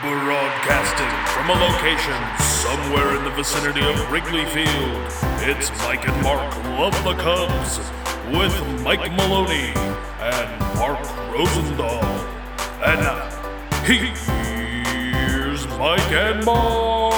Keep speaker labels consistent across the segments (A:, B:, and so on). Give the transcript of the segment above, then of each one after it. A: Broadcasting from a location somewhere in the vicinity of Wrigley Field, it's Mike and Mark Love the Cubs with Mike Maloney and Mark Rosendahl. And now, here's Mike and Mark.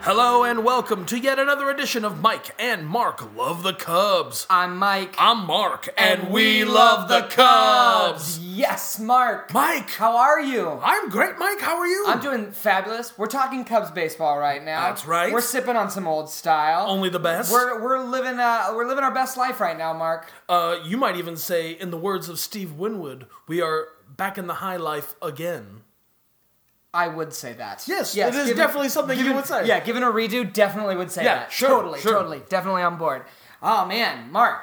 B: Hello and welcome to yet another edition of Mike and Mark Love the Cubs.
C: I'm Mike.
B: I'm Mark and we love the Cubs.
C: Yes, Mark.
B: Mike,
C: How are you?
B: I'm great, Mike. How are you?
C: I'm doing fabulous. We're talking Cubs baseball right now.
B: That's right.
C: We're sipping on some old style.
B: only the best.
C: we're we're living uh we're living our best life right now, Mark.
B: Uh, you might even say, in the words of Steve Winwood, we are back in the high life again.
C: I would say that.
B: Yes, it is
C: given-
B: definitely something you
C: given-
B: would say.
C: Yeah, given a redo, definitely would say
B: Yeah,
C: that.
B: sure,
C: totally,
B: sure.
C: totally, definitely on board. Oh man, Mark.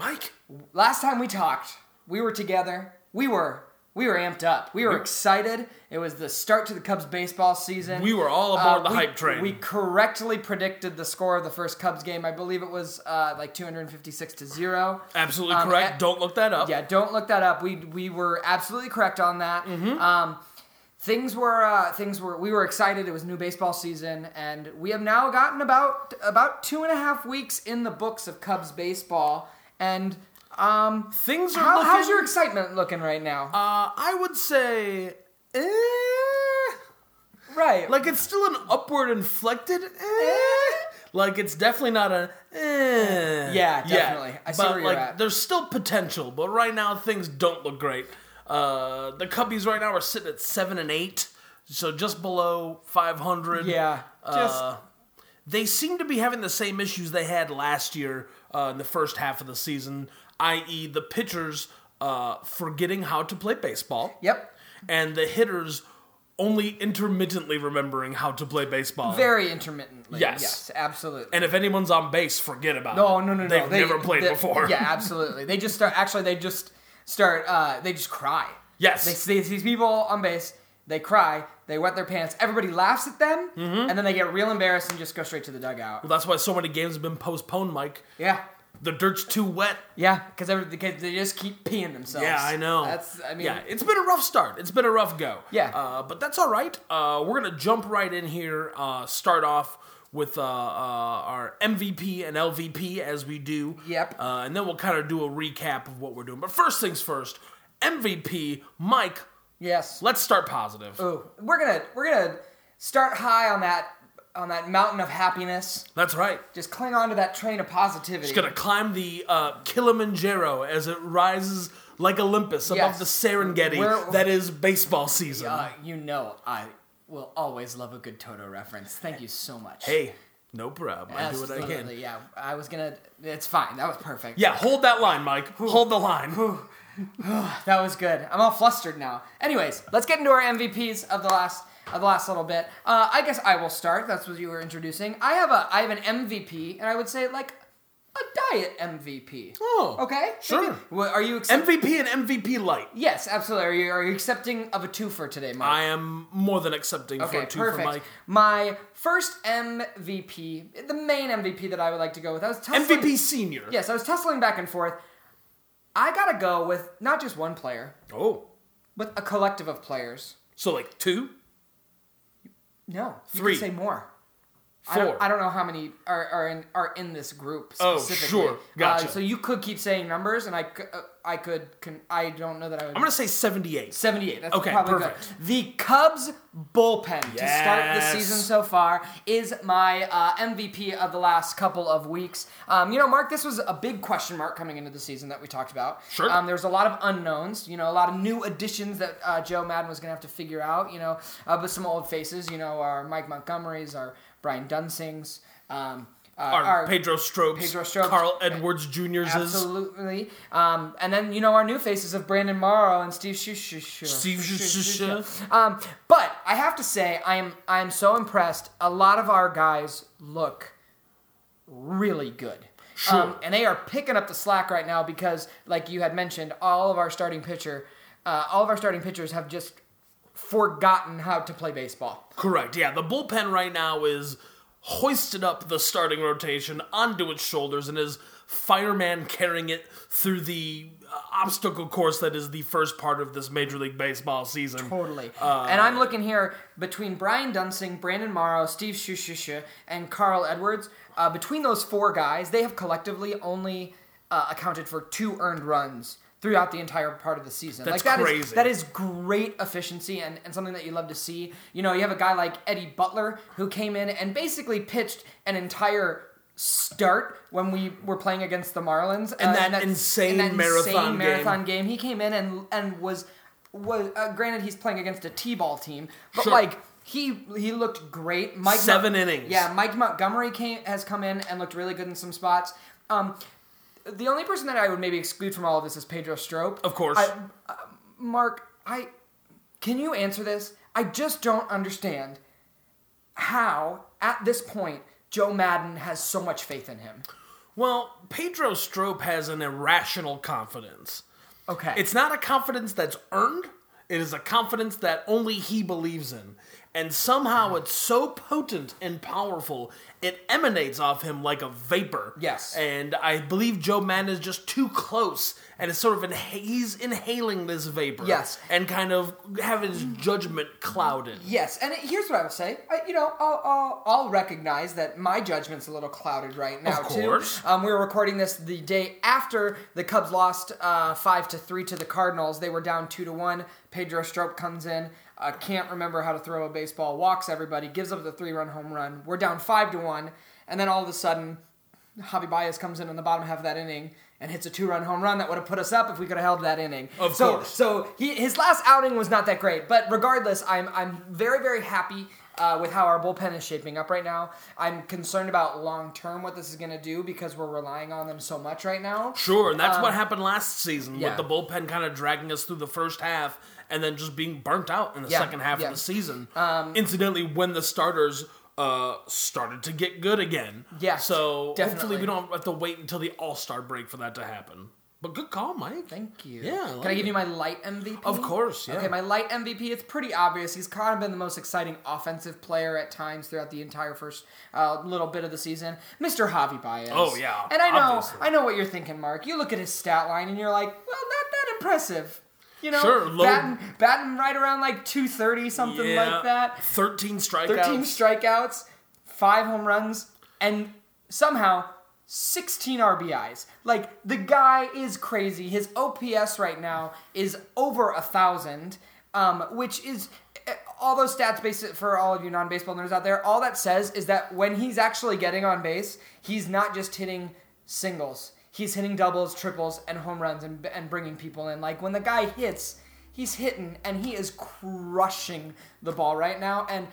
B: Mike,
C: Last time we talked, we were together. We were we were amped up. We were excited. It was the start to the Cubs baseball season. Uh,
B: We were all aboard the hype train.
C: We correctly predicted the score of the first Cubs game. I believe it was uh, like 256 to zero.
B: absolutely
C: Um,
B: correct.
C: a-
B: Don't look that up.
C: Yeah, don't look that up. We we were absolutely correct on that.
B: Mm-hmm.
C: Um, things were uh, things were we were excited. It was new baseball season, and we have now gotten about about two and a half weeks in the books of Cubs baseball. And um,
B: Things are
C: how,
B: looking.
C: how's your excitement looking right now?
B: Uh, I would say, eh,
C: right,
B: like it's still an upward inflected. Eh, like it's definitely not a. Eh,
C: Yeah,
B: yet.
C: definitely. I see
B: but
C: where you're
B: like,
C: at.
B: there's still potential, but right now things don't look great. Uh, the Cubbies right now are sitting at seven and eight, so just below 500.
C: yeah, just
B: Uh, they seem to be having the same issues they had last year uh, in the first half of the season, i.e., the pitchers uh, forgetting how to play baseball.
C: yep.
B: And the hitters only intermittently remembering how to play baseball.
C: Very intermittently.
B: Yes.
C: absolutely.
B: and if anyone's on base, forget about
C: No,
B: it.
C: no, no,
B: They've
C: no. They-
B: never played
C: they-
B: before.
C: Yeah, absolutely. They just start. Actually, they just start. Uh, they just cry.
B: Yes.
C: They see these people on base. They cry. They wet their pants. Everybody laughs at them,
B: Mm-hmm.
C: and then they get real embarrassed and just go straight to the dugout.
B: Well, that's why so many games have been postponed, Mike.
C: Yeah.
B: The dirt's too wet.
C: Yeah, because they just keep peeing themselves.
B: Yeah, I know.
C: That's, I mean,
B: yeah, it's been a rough start. It's been a rough go.
C: Yeah.
B: uh, but that's all right. Uh, we're gonna jump right in here. Uh, start off with uh, uh, our MVP and LVP as we do.
C: Yep.
B: Uh, and then we'll kind of do a recap of what we're doing. But first things first, MVP Mike.
C: yes.
B: Let's start positive.
C: Ooh, we're gonna we're gonna start high on that on that mountain of happiness.
B: That's right.
C: Just cling on to that train of positivity.
B: It's gonna climb the uh, Kilimanjaro as it rises like Olympus above
C: Yes.
B: the Serengeti.
C: We're-
B: that is baseball season.
C: Uh, you know, I will always love a good Toto reference. Thank you so much.
B: hey, no problem. I do what I
C: Absolutely,
B: can.
C: Yeah, I was gonna. It's fine. That was perfect.
B: Yeah, hold that line, Mike. Hold the line.
C: that was good. I'm all flustered now. Anyways, let's get into our MVPs of the last of the last little bit. Uh, I guess I will start. That's what you were introducing. I have a I have an MVP, and I would say like a diet MVP.
B: Oh,
C: okay,
B: sure.
C: Maybe- Well, Are you accept-
B: MVP and MVP light.
C: Yes, absolutely. Are you are you accepting of a twofer today, Mark?
B: I am more than accepting for
C: Okay,
B: two
C: perfect.
B: for Mike.
C: My first MVP, the main MVP that I would like to go with, I was tussling,
B: MVP senior.
C: Yes, I was tussling back and forth. I gotta go with not just one player,
B: Oh,
C: but a collective of players.
B: so like two,
C: No, you
B: Three.
C: Can say more. I
B: four.
C: don't, I don't know how many are, are in are in this group
B: Oh,
C: specifically.
B: sure. Gotcha.
C: Uh, so you could keep saying numbers, and I c- uh, I could con- I don't know that I would.
B: I'm gonna say seventy-eight.
C: 78. That's
B: Okay,
C: probably
B: perfect.
C: good. The Cubs bullpen to start the
B: Yes.
C: season so far is my uh, MVP of the last couple of weeks. Um, you know, Mark, this was a big question mark coming into the season that we talked about.
B: Sure.
C: Um, there was a lot of unknowns. You know, a lot of new additions that uh, Joe Madden was going to have to figure out. You know, uh, but some old faces. You know, our Mike Montgomerys, our Brian Dunsings, um, uh,
B: Our,
C: our
B: Pedro Strokes,
C: Pedro Strokes.
B: Carl Edwards Jr.'s,
C: Absolutely. Um, and then you know our new faces of Brandon Morrow and Steve Shush.
B: Steve Schu-
C: Um, but I have to say I am I am so impressed. A lot of our guys look really good. Um,
B: Sure.
C: and they are picking up the slack right now because, like you had mentioned, all of our starting pitcher, uh, all of our starting pitchers have just forgotten how to play baseball.
B: Correct. Yeah, the bullpen right now is hoisted up the starting rotation onto its shoulders and is fireman carrying it through the uh, obstacle course that is the first part of this Major League Baseball season.
C: Totally.
B: Uh,
C: and I'm looking here between Brian Dunsing, Brandon Morrow, Steve Shushisha, and Carl Edwards. Uh, between those four guys, they have collectively only uh, accounted for two earned runs throughout the entire part of the season.
B: That's
C: like that is-
B: crazy.
C: that is great efficiency and, and something that you love to see. You know, you have a guy like Eddie Butler who came in and basically pitched an entire start when we were playing against the Marlins Uh,
B: And that
C: that's-
B: insane marathon game.
C: marathon game. He came in and and was was uh, granted he's playing against a t-ball team, but
B: Sure.
C: like he he looked great. Mike Mon-
B: Seven innings.
C: Yeah, Mike Montgomery came has come in and looked really good in some spots. Um, the only person that I would maybe exclude from all of this is Pedro Strop.
B: Of course.
C: I, uh, Mark, I can you answer this? I just don't understand how at this point Joe Madden has so much faith in him.
B: Well, Pedro Strope has an irrational confidence.
C: Okay.
B: It's not a confidence that's earned. It is a confidence that only he believes in. And somehow it's so potent and powerful, it emanates off him like a vapor.
C: Yes.
B: And I believe Joe Madden is just too close and it's sort of, inha- he's inhaling this vapor.
C: Yes.
B: And kind of having his judgment clouded.
C: Yes, and here's what I will say. I, you know, I'll, I'll, I'll recognize that my judgment's a little clouded right now.
B: Of course.
C: Too. Um, we were recording this the day after the Cubs lost uh, five to three to the Cardinals. They were down two to one. Pedro Strop comes in, uh, can't remember how to throw a baseball, walks everybody, gives up the three-run home run. We're down five to one, and then all of a sudden, Javi Baez comes in on the bottom half of that inning and hits a two-run home run that would have put us up if we could have held that inning.
B: Of
C: so,
B: course.
C: So he, his last outing was not that great, but regardless, I'm I'm very very happy uh, with how our bullpen is shaping up right now. I'm concerned about long term what this is going to do because we're relying on them so much right now.
B: Sure, and that's what happened last season
C: Um, yeah.
B: with the bullpen kind of dragging us through the first half and then just being burnt out in the
C: Yeah,
B: second half
C: yeah. Um,
B: of the season. Incidentally, when the starters uh, started to get good again.
C: Yeah,
B: So hopefully
C: definitely.
B: we don't have to wait until the All Star break for that to happen. But good call, Mike.
C: Thank you.
B: Yeah, I
C: Can I
B: like
C: give
B: it.
C: you my light MVP?
B: Of course, yeah.
C: Okay, my light MVP. It's pretty obvious. He's kind of been the most exciting offensive player at times throughout the entire first uh, little bit of the season, Mr. Javi Baez.
B: Oh, yeah,
C: And I know,
B: obviously.
C: I know what you're thinking, Mark. You look at his stat line and you're like, well, not that impressive. You know,
B: Sure, low-
C: batting, batting right around like 230 something like that.
B: 13 strikeouts.
C: 13 strikeouts, five home runs, and somehow 16 RBIs. Like the guy is crazy. His OPS right now is over a thousand, um, which is eh, all those stats based for all of you non-baseball nerds out there. All that says is that when he's actually getting on base, he's not just hitting singles. He's hitting doubles, triples, and home runs, and and bringing people in. Like when the guy hits, he's hitting and he is crushing the ball right now. And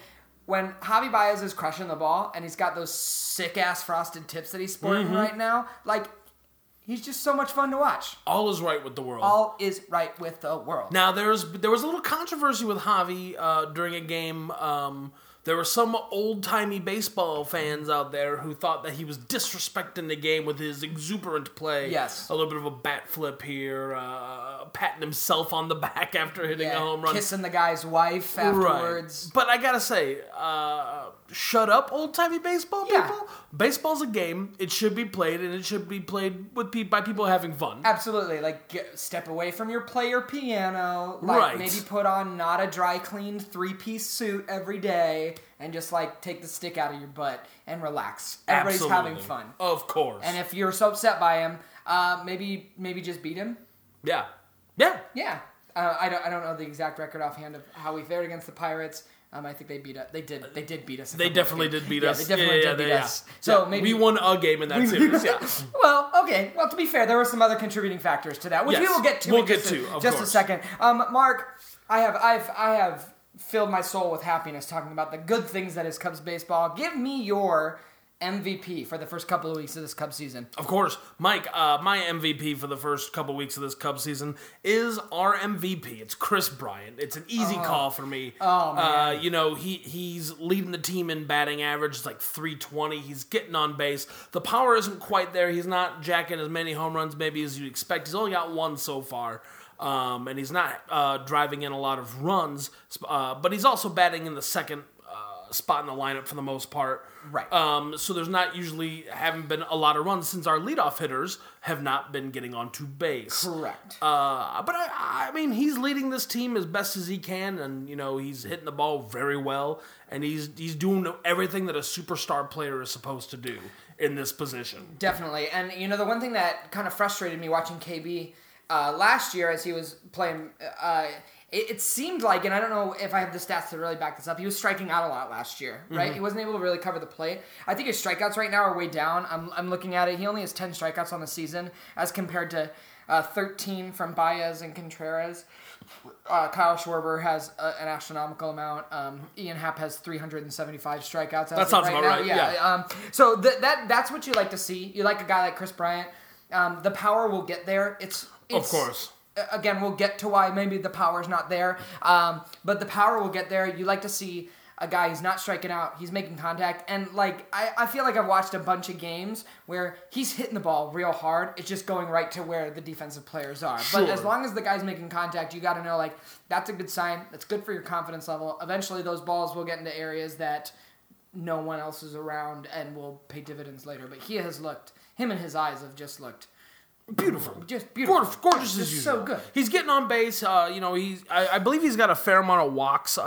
C: when Javi Baez is crushing the ball and he's got those sick ass frosted tips that he's sporting
B: Mm-hmm.
C: right now, like he's just so much fun to watch.
B: All is right with the world.
C: All is right with the world.
B: Now there's there was a little controversy with Javi uh, during a game. Um, there were some old timey baseball fans out there who thought that he was disrespecting the game with his exuberant play.
C: Yes.
B: a little bit of a bat flip here, uh, patting himself on the back after hitting
C: Yeah,
B: a home run.
C: kissing the guy's wife
B: Right.
C: afterwards.
B: But I gotta say, uh, shut up, old timey baseball
C: Yeah.
B: people. Baseball's a game. It should be played, and it should be played with pe- by people having fun.
C: Absolutely, like get, step away from your player piano. Like
B: Right.
C: Maybe put on not a dry cleaned three piece suit every day, and just like take the stick out of your butt and relax. Everybody's having
B: Absolutely.
C: fun.
B: of course.
C: And if you're so upset by him, uh, maybe maybe just beat him.
B: yeah, yeah.
C: Yeah, uh, I don't I don't know the exact record offhand of how we fared against the Pirates. Um, I think they beat us. They did. They did beat us.
B: They definitely did beat
C: Yeah,
B: us.
C: They definitely did beat
B: they-
C: us. So maybe
B: we won a game in that series. Yeah.
C: well, okay. Well, to be fair, there were some other contributing factors to that, which we
B: Yes.
C: will get to.
B: We'll
C: in
B: get
C: just
B: to,
C: a,
B: of
C: just a
B: course.
C: second. Um, Mark, I have, I've, I have filled my soul with happiness talking about the good things that is Cubs baseball. Give me your MVP for the first couple of weeks of this Cubs season.
B: Of course, Mike. Uh, my MVP for the first couple weeks of this Cubs season is our MVP. It's Chris Bryant. It's an easy call for me. Oh man. Uh, you know he he's leading the team in batting average. It's like 320. He's getting on base. The power isn't quite there. He's not jacking as many home runs maybe as you'd expect. He's only got one so far. Um, and he's not uh, driving in a lot of runs, uh, but he's also batting in the second uh, spot in the lineup for the most part.
C: Right.
B: Um, so there's not usually haven't been a lot of runs since our leadoff hitters have not been getting onto base.
C: Correct.
B: Uh, but I, I mean, he's leading this team as best as he can, and you know he's hitting the ball very well, and he's he's doing everything that a superstar player is supposed to do in this position.
C: Definitely. And, you know, the one thing that kind of frustrated me watching KB uh, last year as he was playing, uh, it, it seemed like, and I don't know if I have the stats to really back this up, he was striking out a lot last year, right?
B: Mm-hmm.
C: He wasn't able to really cover the plate. I think his strikeouts right now are way down. I'm, I'm looking at it. He only has 10 strikeouts on the season as compared to uh, 13 from Baez and Contreras. Uh, Kyle Schwarber has a, an astronomical amount. Um, Ian Happ has 375 strikeouts. as of
B: sounds
C: right
B: about
C: now.
B: right, yeah.
C: Um, so th- that that's what you like to see. You like a guy like Chris Bryant. Um, the power will get there. It's, it's
B: course.
C: a- Again, we'll get to why maybe the power's not there, um, but the power will get there. You like to see a guy who's not striking out. He's making contact, and like I, I feel like I've watched a bunch of games where he's hitting the ball real hard. It's just going right to where the defensive players are. But as
B: Sure.
C: long as the guy's making contact, you got to know like that's a good sign. That's good for your confidence level. Eventually, those balls will get into areas that no one else is around and will pay dividends later. But he has looked, him and his eyes have just looked beautiful, just beautiful,
B: Gorgeous, gorgeous
C: just
B: as usual.
C: so good.
B: He's getting on base. Uh, you know, he's I, I believe he's got a fair amount of walks uh,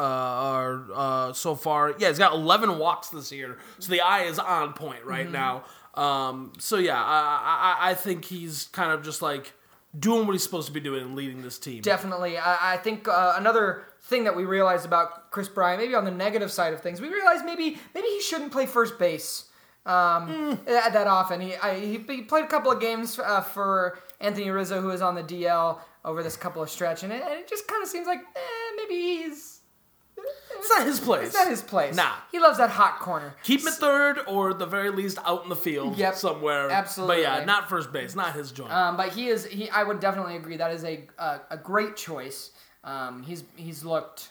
B: or, uh, so far. Yeah, he's got 11 walks this year. So the eye is on point
C: Mm-hmm.
B: right now. Um, so yeah, I, I, I think he's kind of just like doing what he's supposed to be doing and leading this team.
C: Definitely, I, I think uh, another thing that we realized about Chris Bryant, maybe on the negative side of things, we realized maybe maybe he shouldn't play first base.
B: Mm.
C: Um, that that often he, I, he he played a couple of games uh, for Anthony Rizzo, who is on the DL over this couple of stretch, and it, and it just kind of seems like eh, maybe he's
B: it's not his place.
C: it's not his place.
B: Nah.
C: he loves that hot corner.
B: Keep him at third or at the very least out in the field
C: Yep.
B: somewhere. But yeah,
C: Absolutely.
B: not first base, not his joint.
C: Um, but he is. He, I would definitely agree. That is a a, a great choice. Um, he's he's looked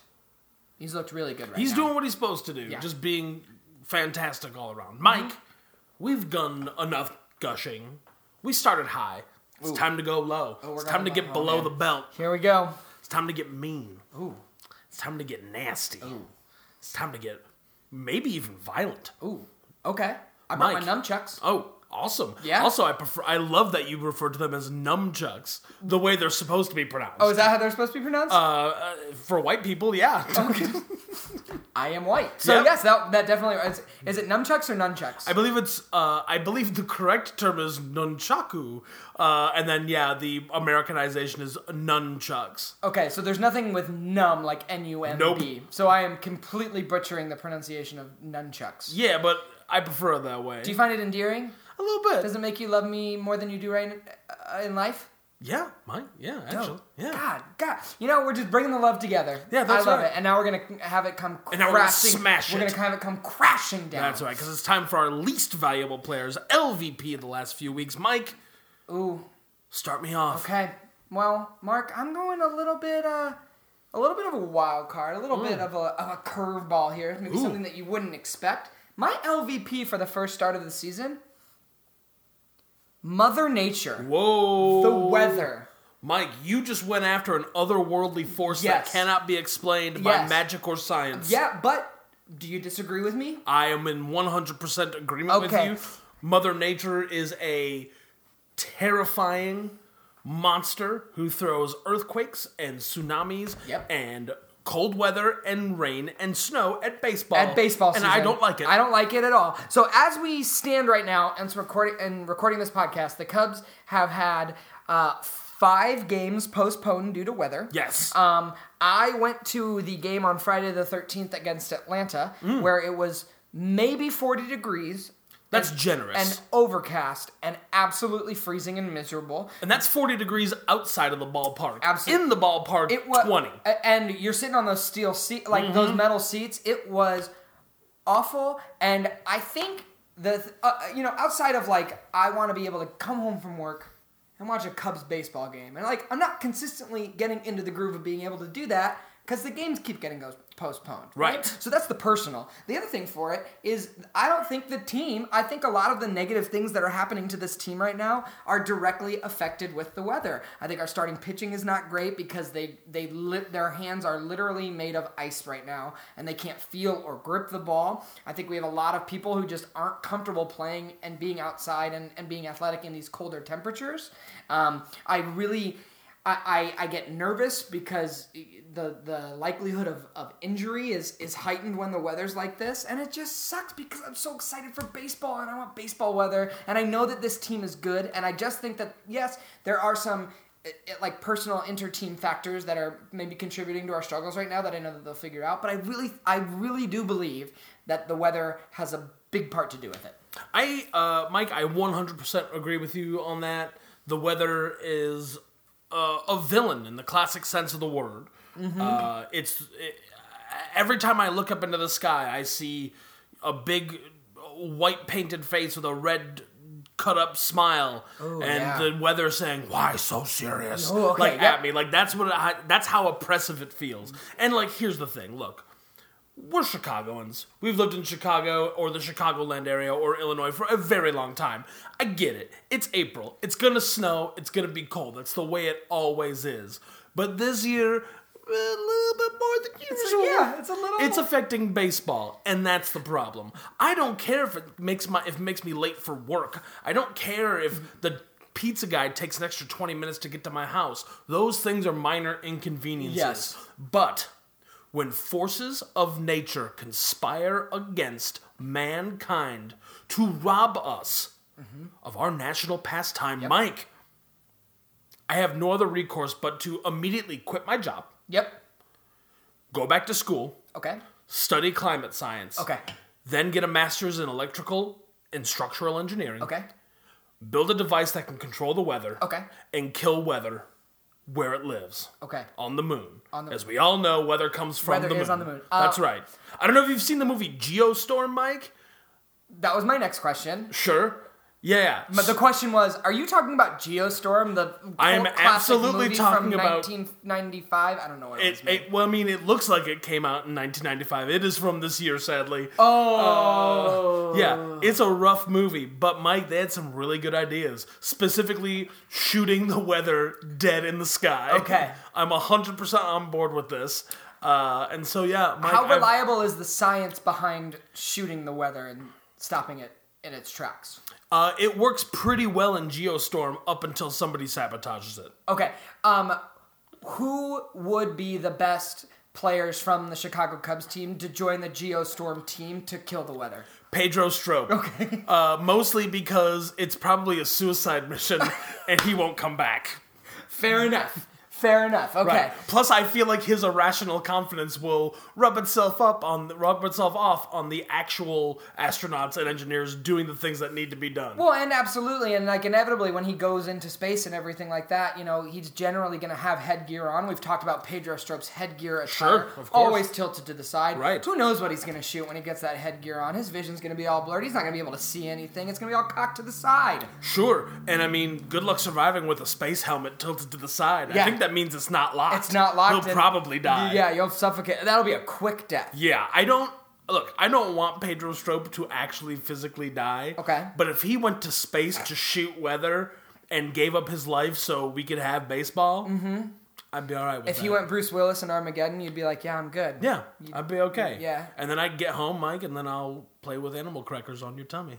C: he's looked really good right
B: He's
C: now.
B: doing what he's supposed to do, just being fantastic all around. Mike,
C: Mm-hmm.
B: we've done enough gushing. We started high. It's time to go low.
C: Oh, we're
B: it's time to
C: going
B: get
C: low,
B: below
C: man.
B: the belt.
C: Here we go.
B: It's time to get mean. Ooh. It's time to get nasty. Ooh. It's time to get maybe even violent.
C: Ooh. Okay. I brought
B: Mike.
C: my nunchucks.
B: Oh, awesome.
C: Yeah.
B: Also, I prefer I love that you refer to them as nunchucks, the way they're supposed to be pronounced. Uh,
C: Oh, is that how they're supposed to be pronounced?
B: For white people, yeah.
C: Oh. I am white. So
B: Yep.
C: yes, that that definitely is. Is it nunchucks or nunchucks?
B: I believe it's. Uh, I believe the correct term is nunchaku, uh, and then yeah, the Americanization is nunchucks.
C: okay, so there's nothing with num like N U M B. So I am completely butchering the pronunciation of nunchucks.
B: Yeah, but I prefer it that way.
C: Do you find it endearing?
B: a little bit.
C: Does it make you love me more than you do right uh, in life?
B: yeah, mine. Yeah, actually. Oh, Yeah.
C: God, God. You know, we're just bringing the love together.
B: Yeah, that's
C: I love
B: right.
C: it. And now we're gonna have it come crashing.
B: now we're gonna smash
C: We're
B: it.
C: gonna have it come crashing down.
B: That's right, because it's time for our least valuable players, LVP, of the last few weeks. Mike,
C: Ooh.
B: start me off.
C: Okay. Well, Mark, I'm going a little bit, uh, a little bit of a wild card, a little
B: Mm.
C: bit of a, of a curveball here, maybe something that you wouldn't expect. My LVP for the first start of the season, Mother Nature,
B: Whoa.
C: the weather.
B: Mike, you just went after an otherworldly force
C: Yes.
B: that cannot be explained by
C: Yes.
B: magic or science.
C: Yeah, but do you disagree with me?
B: I am in 100% agreement
C: Okay.
B: with you. Mother Nature is a terrifying monster who throws earthquakes and tsunamis
C: Yep.
B: and cold weather and rain and snow at baseball.
C: At baseball
B: Oh. and
C: season.
B: I don't like it.
C: I don't like it at all. So as we stand right now and so recording and recording this podcast, the Cubs have had uh, five games postponed due to weather.
B: Yes.
C: Um, I went to the game on Friday the 13th against Atlanta, where it was maybe 40 degrees
B: that's generous.
C: and
B: And,
C: overcast and absolutely freezing and miserable.
B: that's 40 degrees outside of the ballpark.
C: Absolute-
B: In the ballpark,
C: It was
B: 20.
C: and you're sitting on those steel seat, like those metal seats. It was awful, and I think the th- uh, you know outside of like I want to be able to come home from work and watch a Cubs baseball game, and like I'm not consistently getting into the groove of being able to do that. because the games keep getting goes postponed.
B: Right.
C: So that's the personal. The other thing for it is I don't think the team. I think a lot of the negative things that are happening to this team right now are directly affected with the weather. I think our starting pitching is not great because they they lit their hands are literally made of ice right now and they can't feel or grip the ball. I think we have a lot of people who just aren't comfortable playing and being outside and, and being athletic in these colder temperatures. Um, I really. I, I, I get nervous because the the likelihood of, of injury is, is heightened when the weather's like this, and it just sucks because I'm so excited for baseball and I want baseball weather, and I know that this team is good, and I just think that yes, there are some eh, eh, like personal inter-team factors that are maybe contributing to our struggles right now that I know that they'll figure out, but I really I really do believe that the weather has a big part to do with it.
B: I, uh, Mike, I 100% agree with you on that. The weather is uh, a villain in the classic sense of the word.
C: Mm-hmm.
B: Uh, it's it, every time I look up into the sky, I see a big white painted face with a red cut up smile and
C: Oh, yeah.
B: the weather saying why so serious
C: Oh, okay,
B: like
C: yeah.
B: at me like that's what I, that's how oppressive it feels and like here's the thing look we're Chicagoans. We've lived in Chicago or the Chicagoland area or Illinois for a very long time. I get it. It's April. It's gonna snow. It's gonna be cold. That's the way it always is. But this year, a little bit more than usual.
C: yeah, it's a little-
B: It's affecting baseball, and that's the problem. I don't care if it makes my if it makes me late for work. I don't care if the pizza guy takes an extra twenty minutes to get to my house. Those things are minor inconveniences.
C: Yes.
B: But when forces of nature conspire against mankind to rob us of our national pastime, Mike, I have no other recourse but to immediately quit my job,
C: Yep.
B: go back to school,
C: Okay.
B: study climate science,
C: Okay.
B: then get a master's in electrical and structural engineering,
C: Okay.
B: build a device that can control the weather,
C: Okay.
B: and kill weather where it lives
C: Okay.
B: on the moon.
C: On the-
B: As we all know, weather comes from
C: Weather
B: the moon.
C: is on the moon.
B: That's
C: Uh,
B: right. I don't know if you've seen the movie Geostorm, Mike.
C: That was my next question.
B: Sure. Yeah.
C: But the question was, are you talking about Geostorm, the
B: I am
C: cult classic
B: absolutely
C: movie
B: talking
C: from
B: about-
C: 1995? I don't know what it,
B: It,
C: was.
B: it, well, I mean, it looks like it came out in 1995. It is from this year, sadly.
C: oh,
B: Yeah, it's a rough movie, but Mike, they had some really good ideas. Specifically, shooting the weather dead in the sky.
C: Okay.
B: I'm 100% on board with this. Uh, and so, yeah, Mike.
C: how
B: I've-
C: reliable is the science behind shooting the weather and stopping it in its tracks?
B: Uh, it works pretty well in Geostorm up until somebody sabotages it.
C: Okay, um, who would be the best players from the Chicago Cubs team to join the Geostorm team to kill the weather?
B: Pedro Strope. Okay. Uh, mostly because it's probably a suicide mission and he won't come back.
C: Fair enough. Fair enough. Okay.
B: Right. Plus, I feel like his irrational confidence will rub itself up on rub itself off on the actual astronauts and engineers doing the things that need to be done.
C: Well, and absolutely, and like inevitably, when he goes into space and everything like that, you know, he's generally going to have headgear on. We've talked about Pedro Strope's headgear attire,
B: Sure, of course.
C: always tilted to the side.
B: Right.
C: Who knows what he's going to shoot when he gets that headgear on? His vision's going to be all blurred. He's not going to be able to see anything. It's going to be all cocked to the side.
B: sure, and I mean, good luck surviving with a space helmet tilted to the side. I
C: Yeah.
B: think that means it's not locked.
C: It's not locked.
B: He'll
C: and-
B: probably die.
C: Yeah, you'll suffocate. That'll be a quick death.
B: Yeah, I don't look. I don't want Pedro Strope to actually physically die.
C: Okay.
B: but if he went to space to shoot weather and gave up his life so we could have baseball, mm-hmm. I'd be all right with
C: If
B: that.
C: you went Bruce Willis in Armageddon, you'd be like, yeah, I'm good.
B: Yeah, I'd be okay.
C: yeah.
B: And then I'd get home, Mike, and then I'll play with animal crackers on your tummy.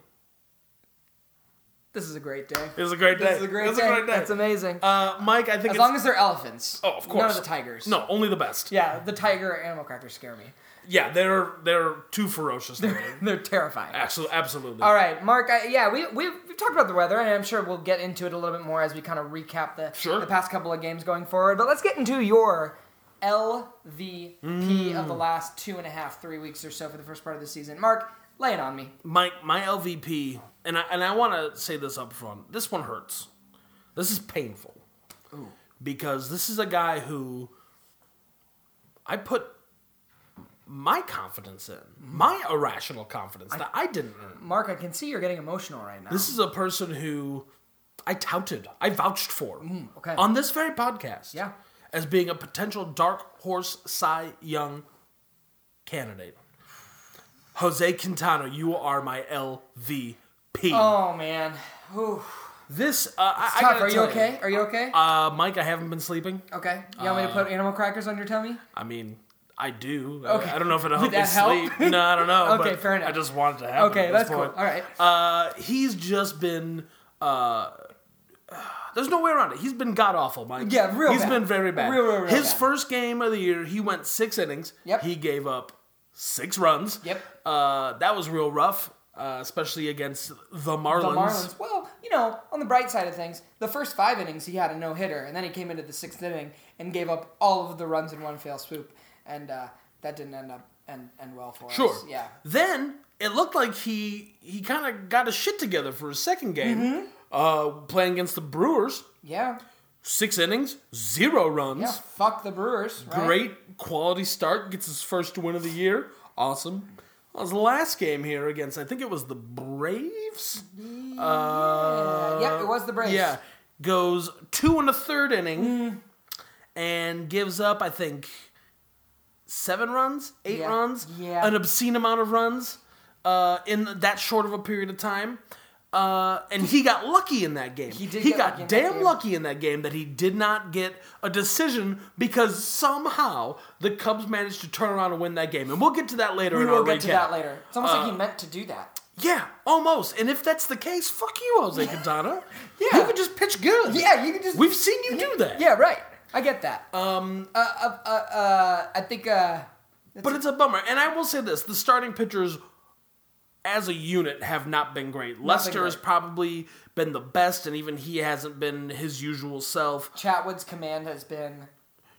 C: This is a great day.
B: It was a great day.
C: This is a great,
B: It's
C: day. That's amazing.
B: uh, Mike, I think
C: as
B: it's.
C: long as they're elephants.
B: oh, of course.
C: None of the tigers.
B: No, only the best. Yeah,
C: Yeah, the tiger or animal crackers scare me.
B: they're they're too ferocious. They're,
C: They're terrifying.
B: absolutely, absolutely.
C: All right, Mark. I, yeah, we we've, we've talked about the weather, and I'm sure we'll get into it a little bit more as we kind of recap the
B: Sure.
C: the past couple of games going forward. But let's get into your LVP
B: Mm.
C: of the last two and a half, three weeks or so for the first part of the season. Mark, lay it on me.
B: my my LVP, and I and I want to say this up front. This one hurts. This is painful. Because this is a guy who I put my confidence in,
C: Mm-hmm.
B: my irrational confidence that I didn't earn.
C: Mark, I can see you're getting emotional right now.
B: This is a person who I touted, I vouched for
C: Mm, okay.
B: on this very podcast.
C: Yeah.
B: as being a potential dark horse Cy Young candidate. Jose Quintana, you are my LVP.
C: Oh man. Whew.
B: This, uh, I, I
C: Tough.
B: gotta
C: Are you
B: tell
C: okay? Are you okay?
B: Uh, Mike, I haven't been sleeping.
C: okay. You want me to put animal crackers on your tummy?
B: I mean, I do.
C: Okay.
B: I, I don't know if it'll help
C: Would
B: me
C: that help?
B: sleep. No, I don't know.
C: Okay,
B: but
C: fair enough.
B: I just wanted to have.
C: Okay, that's cool. All right.
B: Uh, he's just been. Uh, there's no way around it. He's been god awful, Mike.
C: Yeah, real
B: He's
C: bad.
B: been very bad.
C: Real, real, real
B: His
C: bad.
B: first game of the year, he went six innings.
C: Yep.
B: He gave up six runs.
C: Yep.
B: Uh, that was real rough, uh, especially against the
C: The
B: Marlins.
C: Marlins. Well, you know, on the bright side of things, the first five innings he had a no hitter, and then he came into the sixth inning and gave up all of the runs in one fell swoop, and uh, that didn't end up end, end well for
B: Sure.
C: us. Yeah.
B: Then it looked like he he kind of got his shit together for his second game,
C: Mm-hmm.
B: uh, playing against the Brewers.
C: Yeah.
B: Six innings, zero runs.
C: Yeah. Fuck the Brewers. Right?
B: Great quality start. Gets his first win of the year. Awesome. Well, his last game here against I think it was the Braves. Uh,
C: yep, it was the Braves.
B: Yeah, goes two and a third inning, and gives up I think seven runs, eight
C: Yeah.
B: runs,
C: Yeah.
B: an obscene amount of runs uh, in that short of a period of time. Uh, and he got lucky in that game.
C: He did
B: He
C: get
B: got
C: lucky in that
B: damn
C: game.
B: lucky in that game that he did not get a decision because somehow the Cubs managed to turn around and win that game. And we'll get to that later.
C: We
B: in
C: will
B: our
C: get
B: recap. Uh,
C: to that later. It's almost like he meant to do that.
B: Yeah, almost. And if that's the case, fuck you, Jose Quintana.
C: Yeah.
B: you could just pitch good.
C: Yeah, you can just.
B: we've seen you do that.
C: Yeah, right. I get that. Um. Uh. Uh. Uh. uh I think. Uh.
B: But it's a bummer. And I will say this the starting pitchers as a unit have not been great. Lester has
C: great.
B: probably been the best, and even he hasn't been his usual self.
C: Chatwood's command has been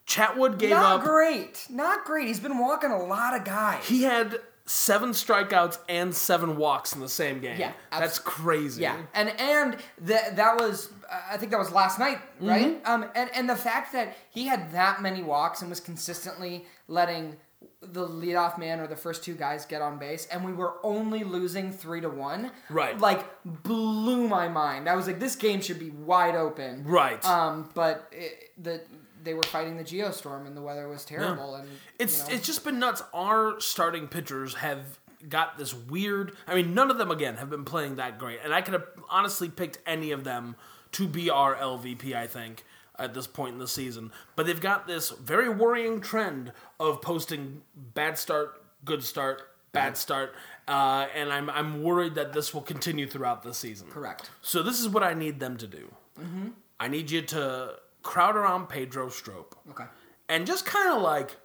B: Chatwood gave
C: not
B: up.
C: great. Not great. He's been walking a lot of guys.
B: He had seven strikeouts and seven walks in the same game.
C: Yeah, abs-
B: That's crazy.
C: Yeah, and and that that was I think that was last night,
B: Mm-hmm.
C: right? Um, and and the fact that he had that many walks and was consistently letting the leadoff man or the first two guys get on base, and we were only losing three to one,
B: Right.
C: Like blew my mind. I was like, this game should be wide open,
B: Right.
C: Um, but it, the they were fighting the geostorm and the weather was terrible, and
B: It's
C: you know,
B: it's just been nuts. Our starting pitchers have got this weird. I mean, none of them again have been playing that great, and I could have honestly picked any of them to be our LVP. I think at this point in the season, but they've got this very worrying trend of posting bad start, good start, bad start, uh, and I'm I'm worried that this will continue throughout the season.
C: correct. Mm-hmm.
B: So this is what I need them to do. I need you to crowd around Pedro Strope
C: Okay,
B: and just kind of like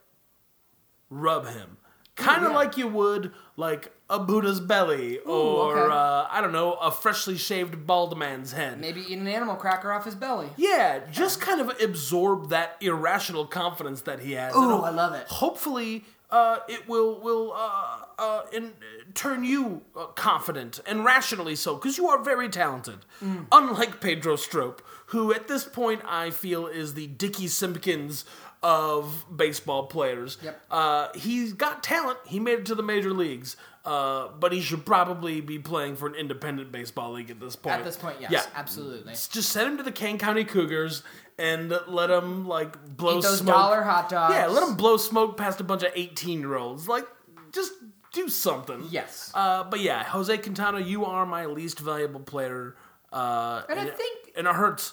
B: rub him, kind of like you would like a Buddha's belly or
C: okay.
B: uh, I don't know, a freshly shaved bald man's head.
C: maybe eat an animal cracker off his belly.
B: Yeah, just kind of absorb that irrational confidence that he has.
C: Ooh,
B: And
C: I love it.
B: Hopefully, uh, it will will uh, uh, in, turn you uh, confident and rationally so, because you are very talented.
C: Mm.
B: Unlike Pedro Strope, who at this point I feel is the Dickie Simpkins of baseball players.
C: Yep.
B: Uh, he's got talent. He made it to the major leagues. Uh, but he should probably be playing for an independent baseball league at this point.
C: At this point, yes, absolutely.
B: Just send him to the Kane County Cougars and let him like blow
C: Eat those
B: smoke.
C: dollar hot dogs.
B: yeah, let him blow smoke past a bunch of eighteen year olds. Like, just do something.
C: Yes.
B: Uh, but yeah, Jose Quintana, you are my least valuable player. Uh,
C: And I think-
B: and it hurts.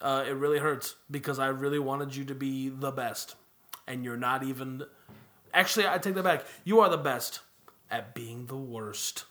B: Uh, it really hurts because I really wanted you to be the best, and you're not even. Actually, I take that back. You are the best at being the worst.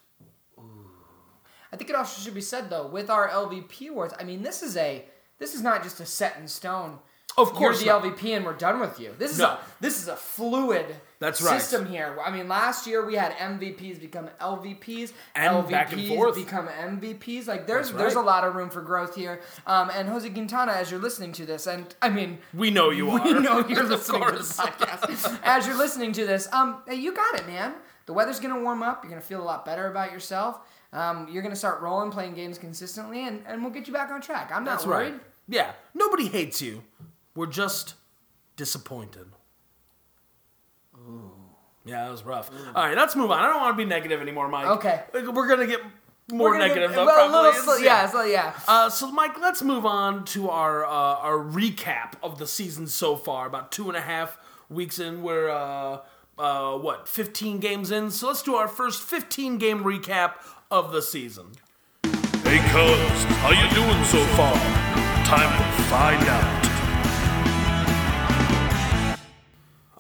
C: I think it also should be said though, with our LVP awards, I mean, this is a this is not just a set in stone.
B: Of course
C: you're
B: not.
C: the LVP, and we're done with you. This is
B: No.
C: a this is a fluid
B: That's right.
C: system here. I mean, last year we had MVPs become LVPs,
B: And
C: LVPs
B: back and forth.
C: become MVPs. Like there's
B: That's
C: there's a
B: right.
C: lot of room for growth here. Um, and Jose Quintana, as you're listening to this, and I mean,
B: We know you are.
C: we know you're
B: Of
C: listening to this
B: course.
C: podcast. As you're listening to this, um, hey, you got it, man. The weather's gonna warm up. You're gonna feel a lot better about yourself. Um, you're gonna start rolling, playing games consistently, and, and we'll get you back on track. I'm not
B: That's
C: worried.
B: right. Yeah. Nobody hates you. We're just disappointed. Yeah, that was rough. All right, let's move on. I don't want to be negative anymore, Mike.
C: Okay.
B: We're going to get More
C: We're gonna-
B: negative though.
C: well, a
B: probably.
C: little sli- yeah, so, yeah.
B: Uh, so, Mike, let's move on to our uh, our recap of the season so far. About two and a half weeks in, we're uh, uh, what fifteen games in. So let's do our first fifteen game recap of the season.
A: Hey Cubs, how you doing so far? Time to find out.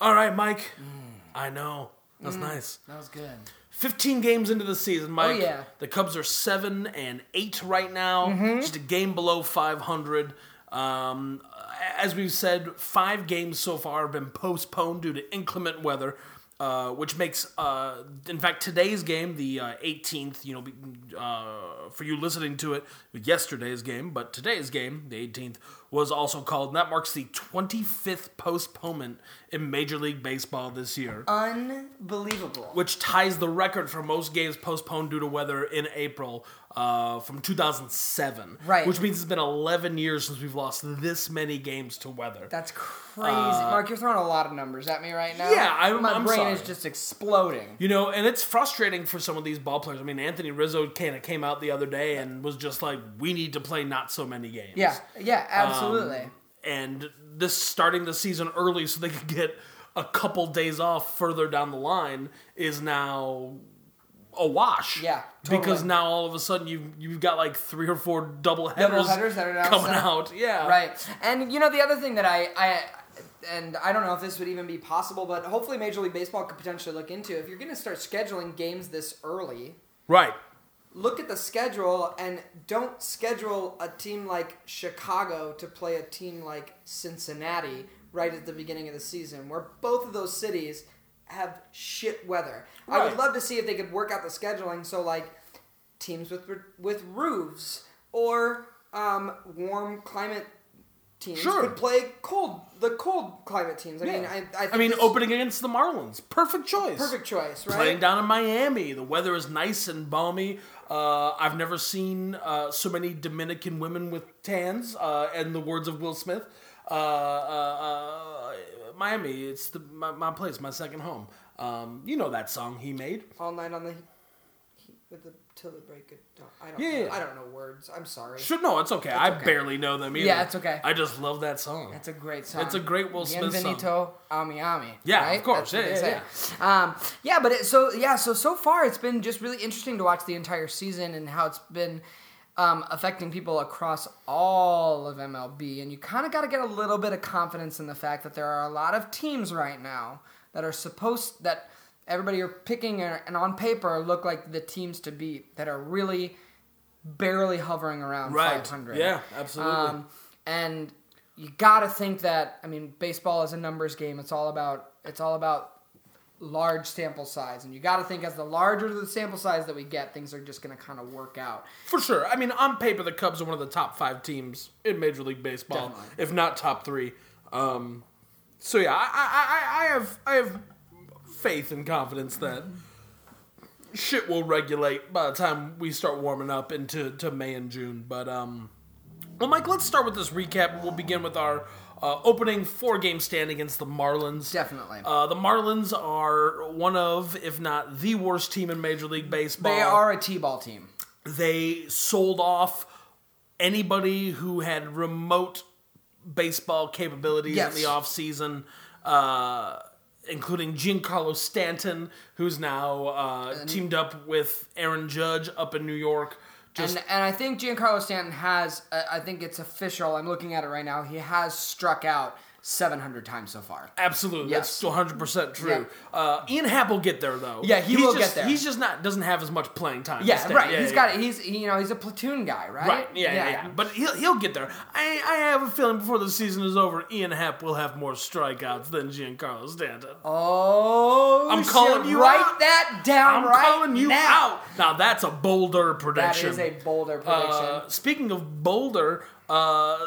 B: All right, Mike.
C: Mm.
B: I know that's nice.
C: That was good.
B: 15 games into the season, Mike.
C: yeah.
B: The Cubs are 7 and 8 right now, just a game below 500. Um, as we've said, five games so far have been postponed due to inclement weather. Uh, which makes, uh, in fact, today's game, the uh, 18th, you know, be- uh, for you listening to it, yesterday's game, but today's game, the 18th, was also called, and that marks the 25th postponement in Major League Baseball this year
C: Unbelievable.
B: which ties the record for most games postponed due to weather in April uh, from 2007.
C: Right.
B: Which means it's been 11 years since we've lost this many games to weather.
C: That's crazy. Mark, you're throwing a lot of numbers at me right now.
B: Uh, Yeah, I'm-
C: My
B: I'm
C: brain
B: sorry.
C: is just exploding.
B: you know, and it's frustrating for some of these ballplayers. I mean, Anthony Rizzo kind of came out the other day and was just like, we need to play not so many games.
C: Yeah, yeah, absolutely.
B: Um, and this starting the season early so they could get a couple days off further down the line is now a wash.
C: Yeah, totally.
B: because now all of a sudden you you've got like three or four double headers,
C: Doubleheaders that are now
B: coming
C: set.
B: out. Yeah,
C: right. And you know the other thing that I, I and I don't know if this would even be possible, but hopefully Major League Baseball could potentially look into if you're going to start scheduling games this early.
B: right.
C: Look at the schedule and don't schedule a team like Chicago to play a team like Cincinnati right at the beginning of the season, where both of those cities have shit weather. I
B: Right.
C: would love to see if they could work out the scheduling so like teams with with roofs or um, warm climate teams
B: Sure.
C: could play cold the cold climate teams. I mean, I, I, think
B: I mean,
C: this is
B: opening against the Marlins, perfect choice.
C: perfect choice, right?
B: Playing down in Miami, the weather is nice and balmy. Uh, I've never seen uh, so many Dominican women with tans. Uh, and the words of Will Smith, uh, uh, uh, Miami, it's the, my, my place, my second home. Um, you know that song he made.
C: all night on the he- with the till the break of dawn. I don't
B: Yeah.
C: know. I don't know words. I'm sorry.
B: Sure, no, it's okay. I
C: okay.
B: barely know them either.
C: Yeah, it's okay.
B: I just love that song.
C: That's a great song.
B: It's a great Will Smith song.
C: Bienvenido a Miami.
B: Yeah,
C: right?
B: of course.
C: That's what
B: Yeah,
C: they
B: yeah,
C: say. Um, yeah, but it, so yeah, so so far it's been just really interesting to watch the entire season and how it's been um, affecting people across all of MLB. And you kind of got to get a little bit of confidence in the fact that there are a lot of teams right now that are supposed that everybody are picking and and on paper look like the teams to beat that are really barely hovering around
B: right?
C: 500.
B: Yeah, absolutely.
C: Um, and you got to think that I mean, baseball is a numbers game. It's all about it's all about large sample size, and you got to think as the larger the sample size that we get, things are just going to kind of work out.
B: For sure. I mean, on paper, the Cubs are one of the top five teams in Major League Baseball,
C: Definitely.
B: if not top three. Um, so yeah, I, I, I, I have I have faith and confidence that shit will regulate by the time we start warming up into to May and June. But um, well, Mike, let's start with this recap. and We'll begin with our uh, opening four game stand against the Marlins.
C: Definitely.
B: Uh, the Marlins are one of, if not the worst team in Major League Baseball
C: they are a t-ball team.
B: they sold off anybody who had remote baseball capabilities
C: Yes.
B: in the offseason, uh, including Giancarlo Stanton, who's now uh, teamed up with Aaron Judge up in New York. Just
C: And, and I think Giancarlo Stanton has, uh, I think it's official. I'm looking at it right now. He has struck out 700 times so far.
B: absolutely,
C: Yes.
B: that's 100% true. Uh, Ian Happ will get there, though.
C: Yeah, he
B: he's
C: will
B: just,
C: get there.
B: He's just not doesn't have as much playing time. as
C: Yeah,
B: Stanton.
C: right. He's
B: yeah.
C: got it. He's you know he's a platoon guy, right?
B: Right. Yeah, yeah, yeah. But he'll he'll get there. I I have a feeling before the season is over, Ian Happ will have more strikeouts than Giancarlo Stanton.
C: Oh,
B: I'm calling
C: shit.
B: you
C: write
B: out.
C: that
B: I'm
C: down. right
B: calling you
C: now.
B: out. Now that's a bolder
C: That
B: prediction.
C: is a bolder prediction.
B: Uh, speaking of bolder, uh,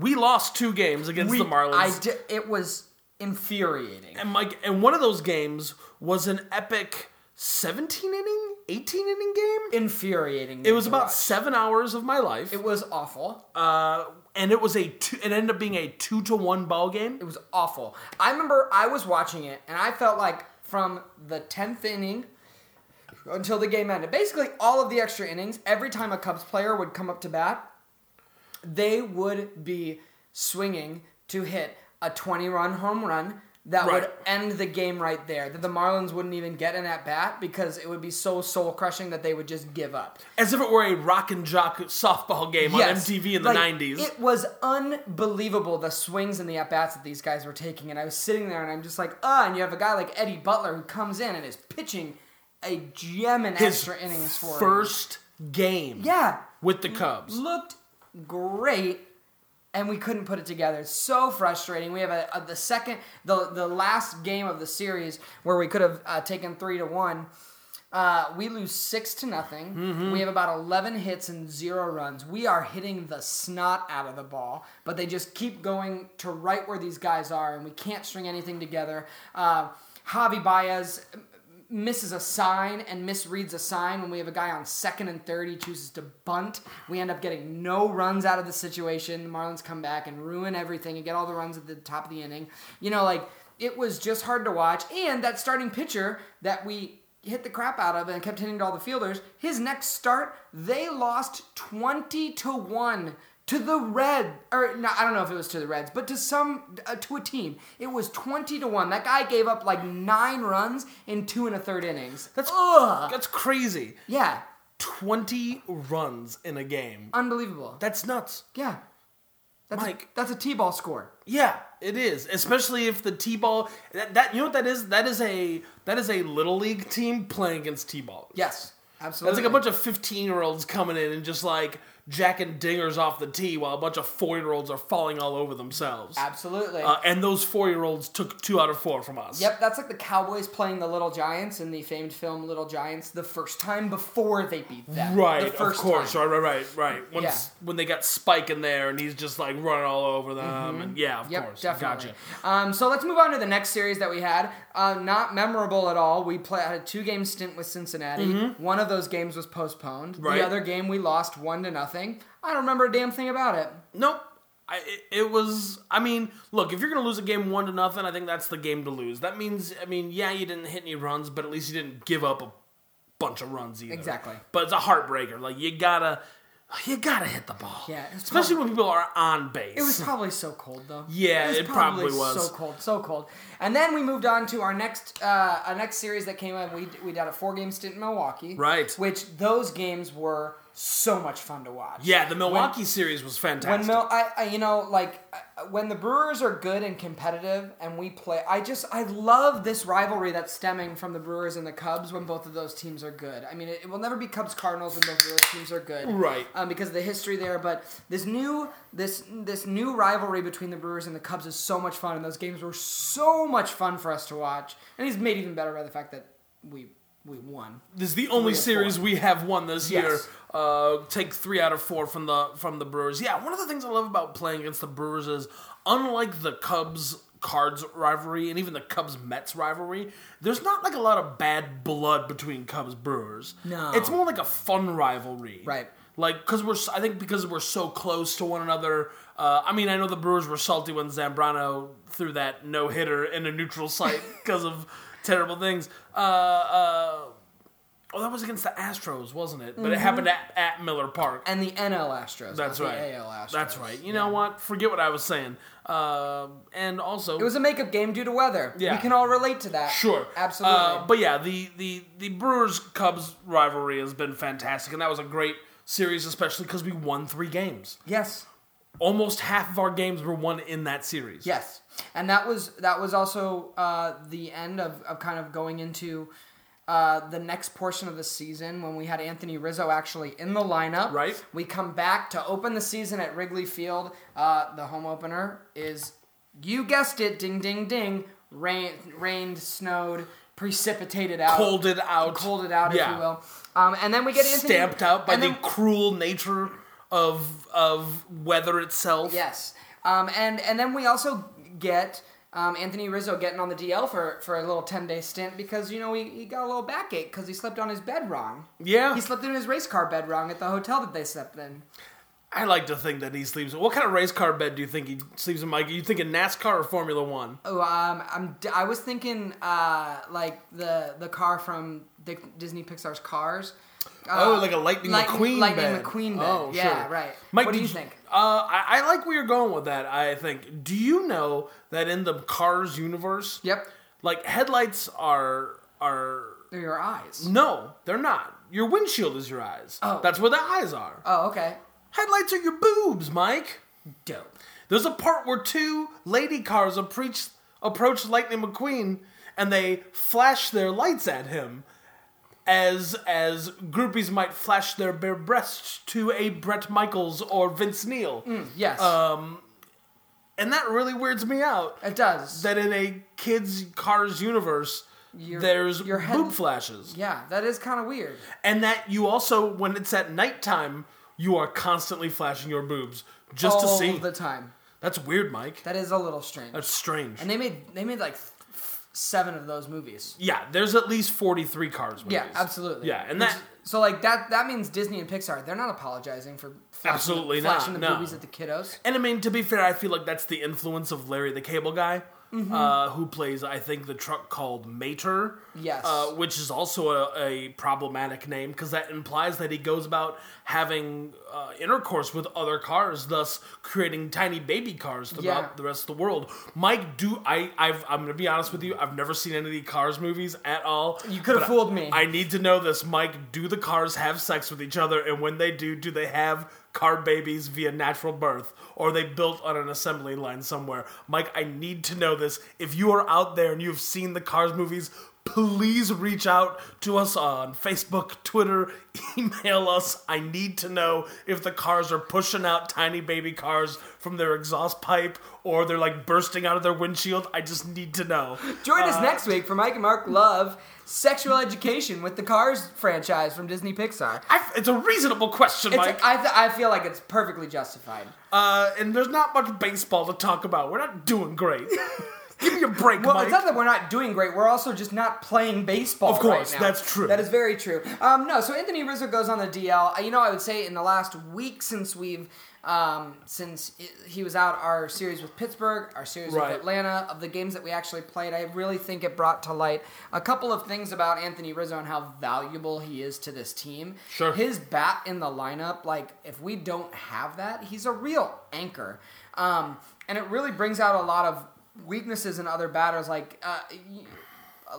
B: we lost two games against
C: We-
B: the Marlins.
C: I di- it was infuriating.
B: and Mike, and one of those games was an epic 17 inning, 18 inning game.
C: Infuriating.
B: It was
C: to
B: about
C: watch.
B: seven hours of my life,
C: It was awful.
B: uh, and it was a two, it ended up being a two to one ball game.
C: it was awful. I remember I was watching it and I felt like from the tenth inning until the game ended. Basically, all of the extra innings, every time a Cubs player would come up to bat, they would be swinging to hit a 20 run home run that would
B: Right.
C: end the game right there. That the Marlins wouldn't even get an at bat because it would be so soul crushing that they would just give up.
B: As if it were a rock and jock softball game
C: Yes.
B: on MTV in the
C: Like,
B: 90s.
C: It was unbelievable the swings and the at bats that these guys were taking. And I was sitting there and I'm just like, ah, and you have a guy like Eddie Butler who comes in and is pitching a gem in
B: His
C: extra innings for him.
B: first game
C: Yeah.
B: with the Cubs.
C: Looked great. And we couldn't put it together. It's so frustrating. We have a, a- the second, the the last game of the series where we could have uh, taken three to one. Uh, we lose six to nothing. We have about eleven hits and zero runs. We are hitting the snot out of the ball, but they just keep going to right where these guys are, and we can't string anything together. Uh, Javi Baez misses a sign and misreads a sign when we have a guy on second and third. He chooses to bunt. We end up getting no runs out of the situation. The Marlins come back and ruin everything and get all the runs at the top of the inning. You know, like it was just hard to watch. And that starting pitcher that we hit the crap out of and kept hitting to all the fielders, his next start, they lost 20 to 1 to the red or no, I don't know if it was to the Reds, but to some uh, to a team. It was 20 to 1. That guy gave up like 9 runs in 2 and a third innings.
B: That's,
C: Ugh.
B: that's crazy.
C: Yeah.
B: 20 runs in a game.
C: Unbelievable.
B: That's nuts.
C: yeah. That's
B: Mike.
C: a, that's a T-ball score.
B: Yeah, it is. Especially if the T-ball that, that you know what that is? That is a that is a little league team playing against T-ball.
C: Yes. Absolutely.
B: That's like a bunch of 15-year-olds coming in and just like jacking dingers off the tee while a bunch of 4-year-olds are falling all over themselves.
C: Absolutely.
B: Uh, and those 4-year-olds took 2 out of 4 from us.
C: Yep, that's like the Cowboys playing the Little Giants in the famed film Little Giants the first time before they beat them.
B: Right,
C: the first
B: of course.
C: time.
B: Right, right, right, right. Once
C: Yeah.
B: when they got Spike in there and he's just like running all over them, and yeah, of
C: Mm-hmm. Yep,
B: course,
C: definitely.
B: gotcha.
C: Um, so let's move on to the next series that we had. Uh, not memorable at all. We play, had a two-game stint with Cincinnati. One of those games was postponed.
B: Mm-hmm. Right.
C: The other game we lost one to nothing. I don't remember a damn thing about it.
B: Nope. I, it, it was. I mean, look. If you're gonna lose a game one to nothing, I think that's the game to lose. That means, I mean, yeah, you didn't hit any runs, but at least you didn't give up a bunch of runs either.
C: Exactly.
B: But it's a heartbreaker. Like you gotta, you gotta hit the ball.
C: Yeah, it's
B: Especially
C: prob-
B: when people are on base.
C: It was probably so cold though.
B: Yeah, it probably was.
C: so cold, so cold. And then we moved on to our next uh, our next series that came up. We we did a four game stint in Milwaukee,
B: Right.
C: Which those games were so much fun to watch.
B: Yeah, the Milwaukee
C: When-
B: series was fantastic.
C: When Mil- I, I, you know, like uh, when the Brewers are good and competitive, and we play, I just I love this rivalry that's stemming from the Brewers and the Cubs when both of those teams are good. I mean, it, it will never be Cubs Cardinals when both of those teams are good,
B: Right.
C: Um, because of the history there, but this new this this new rivalry between the Brewers and the Cubs is so much fun, and those games were so much fun for us to watch, and it's made even better by the fact that we we won.
B: This is the only
C: Three or
B: series
C: four.
B: we have won this
C: Yes.
B: year. Uh, take three out of four from the from the Brewers. Yeah, one of the things I love about playing against the Brewers is, unlike the Cubs Cards rivalry and even the Cubs Mets rivalry, there's not like a lot of bad blood between Cubs Brewers.
C: No.
B: it's more like a fun rivalry.
C: Right.
B: Like, because we're, s- I think because we're so close to one another. Uh, I mean, I know the Brewers were salty when Zambrano threw that no hitter in a neutral site because of terrible things. Uh, uh, oh, that was against the Astros, wasn't it? But it happened at, at Miller Park.
C: And the NL Astros. not
B: That's
C: Mm-hmm. the
B: right.
C: AL Astros.
B: That's right. You know what? Forget what I was saying. Uh, and also,
C: It was a makeup game due to weather.
B: Yeah.
C: We can all relate to that.
B: Sure,
C: Absolutely.
B: Uh, but yeah, the the the Brewers Cubs rivalry has been fantastic, and that was a great series, especially because we won three games.
C: yes.
B: Almost half of our games were won in that series.
C: Yes. And that was that was also uh, the end of, of kind of going into uh, the next portion of the season when we had Anthony Rizzo actually in the lineup.
B: Right.
C: We come back to open the season at Wrigley Field. Uh, the home opener is you guessed it, ding ding ding. Rain rained, snowed, precipitated out.
B: colded out,
C: Colded out, if
B: Yeah.
C: you will. Um, and then we get Anthony
B: stamped out by
C: and
B: the
C: then-
B: cruel nature of of weather itself.
C: Yes. Um, and and then we also get um, Anthony Rizzo getting on the DL for, for a little 10 day stint because, you know, he, he got a little backache because he slept on his bed wrong.
B: Yeah.
C: He slept in his race car bed wrong at the hotel that they slept in.
B: I like to think that he sleeps. What kind of race car bed do you think he sleeps in, Mike? Are you thinking NASCAR or Formula One?
C: Oh, um, I'm, I was thinking uh, like the the car from Dick, Disney Pixar's Cars. Uh,
B: oh, like a Lightning McQueen
C: Lightning
B: bed.
C: McQueen bed.
B: Oh,
C: yeah,
B: sure.
C: right.
B: Mike,
C: what do
B: did
C: you think?
B: Uh, I, I like where you're going with that. I think. Do you know that in the Cars universe?
C: Yep.
B: Like headlights are are
C: They're your eyes.
B: no, they're not. Your windshield is your eyes.
C: Oh.
B: That's where the eyes are.
C: Oh, okay.
B: Headlights are your boobs, Mike.
C: Dope.
B: There's a part where two lady cars approach, approach Lightning McQueen and they flash their lights at him as as groupies might flash their bare breasts to a Brett Michaels or Vince Neil.
C: Yes,
B: Uh, And that really weirds me out
C: it does.
B: that in a kids cars universe
C: Your-
B: there's
C: your head-
B: boob flashes.
C: yeah, that is kind of weird.
B: And that you also when it's at nighttime you are constantly flashing your boobs just
C: All
B: to see.
C: the time.
B: That's weird, Mike.
C: That is a little strange.
B: That's strange.
C: and they made they made like seven of those movies.
B: Yeah, there's at least 43 Cars movies.
C: Yeah, absolutely.
B: Yeah, and
C: Which-
B: that
C: so like that that means Disney and Pixar they're not apologizing for flashing,
B: Absolutely not,
C: flashing the
B: no.
C: movies at the kiddos.
B: and I mean to be fair, I feel like that's the influence of Larry the Cable Guy.
C: Mm-hmm.
B: Uh, who plays? I think the truck called Mater.
C: Yes.
B: uh, which is also a, a problematic name because that implies that he goes about having uh, intercourse with other cars, thus creating tiny baby cars throughout
C: Yeah.
B: the rest of the world. Mike, do I? I've, I'm going to be honest with you. I've never seen any of the Cars movies at all.
C: You coulda
B: but I-
C: fooled me.
B: I need to know this, Mike. Do the cars have sex with each other, and when they do, do they have car babies via natural birth, or are they built on an assembly line somewhere? Mike, I need to know this. If you are out there and you have seen the Cars movies, please reach out to us on Facebook, Twitter, email us. I need to know if the cars are pushing out tiny baby cars from their exhaust pipe, or they're like bursting out of their windshield. I just need to know.
C: Join
B: Uh,
C: us next week for Mike and Mark Love Sexual Education with the Cars franchise from Disney Pixar.
B: I, it's a reasonable question,
C: It's,
B: Mike.
C: I, th- I feel like it's perfectly justified.
B: Uh, and there's not much baseball to talk about. We're not doing great. Give me a break,
C: Well,
B: Mike.
C: it's not that we're not doing great. We're also just not playing baseball.
B: Of course,
C: right now.
B: that's true.
C: That is very true. Um, no, so Anthony Rizzo goes on the DL. Uh, You know, I would say in the last week since we've um, since i- he was out, our series with Pittsburgh, our series
B: Right.
C: with Atlanta, of the games that we actually played, I really think it brought to light a couple of things about Anthony Rizzo and how valuable he is to this team.
B: Sure.
C: his bat in the lineup, like if we don't have that, he's a real anchor. Um, and it really brings out a lot of weaknesses in other batters, like uh, y-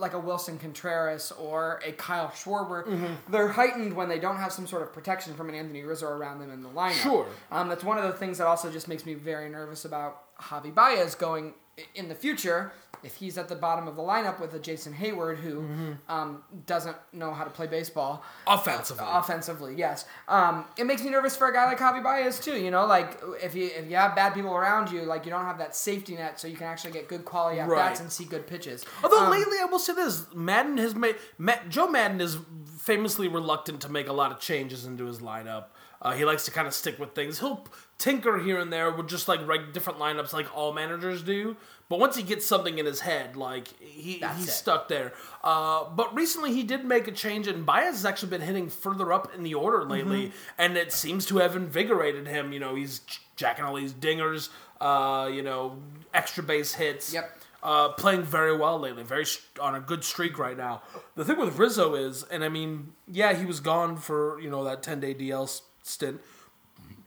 C: like a Wilson Contreras or a Kyle Schwarber.
B: Mm-hmm.
C: They're heightened when they don't have some sort of protection from an Anthony Rizzo around them in the lineup.
B: Sure.
C: Um, that's one of the things that also just makes me very nervous about Javi Baez going i- in the future if he's at the bottom of the lineup with a Jason Hayward who
B: Mm-hmm.
C: um, doesn't know how to play baseball
B: Offensively.
C: offensively, yes. Um, it makes me nervous for a guy like Javi Baez too. You know, like if you if you have bad people around you, like you don't have that safety net, so you can actually get good quality at
B: Right.
C: bats and see good pitches.
B: Although
C: Um,
B: lately, I will say this: Madden has made Ma- Joe Madden is famously reluctant to make a lot of changes into his lineup. Uh, he likes to kind of stick with things. He'll tinker here and there with just like reg- different lineups, like all managers do. But once he gets something in his head, like he,
C: That's
B: he's
C: it.
B: stuck there. Uh, but recently, he did make a change, and Baez has actually been hitting further up in the order lately,
C: Mm-hmm.
B: and it seems to have invigorated him. You know, he's j- jacking all these dingers, uh, you know, extra base hits
C: Yep.
B: uh, playing very well lately, very sh- on a good streak right now. The thing with Rizzo is, and I mean, yeah, he was gone for you know that ten day DL s- stint,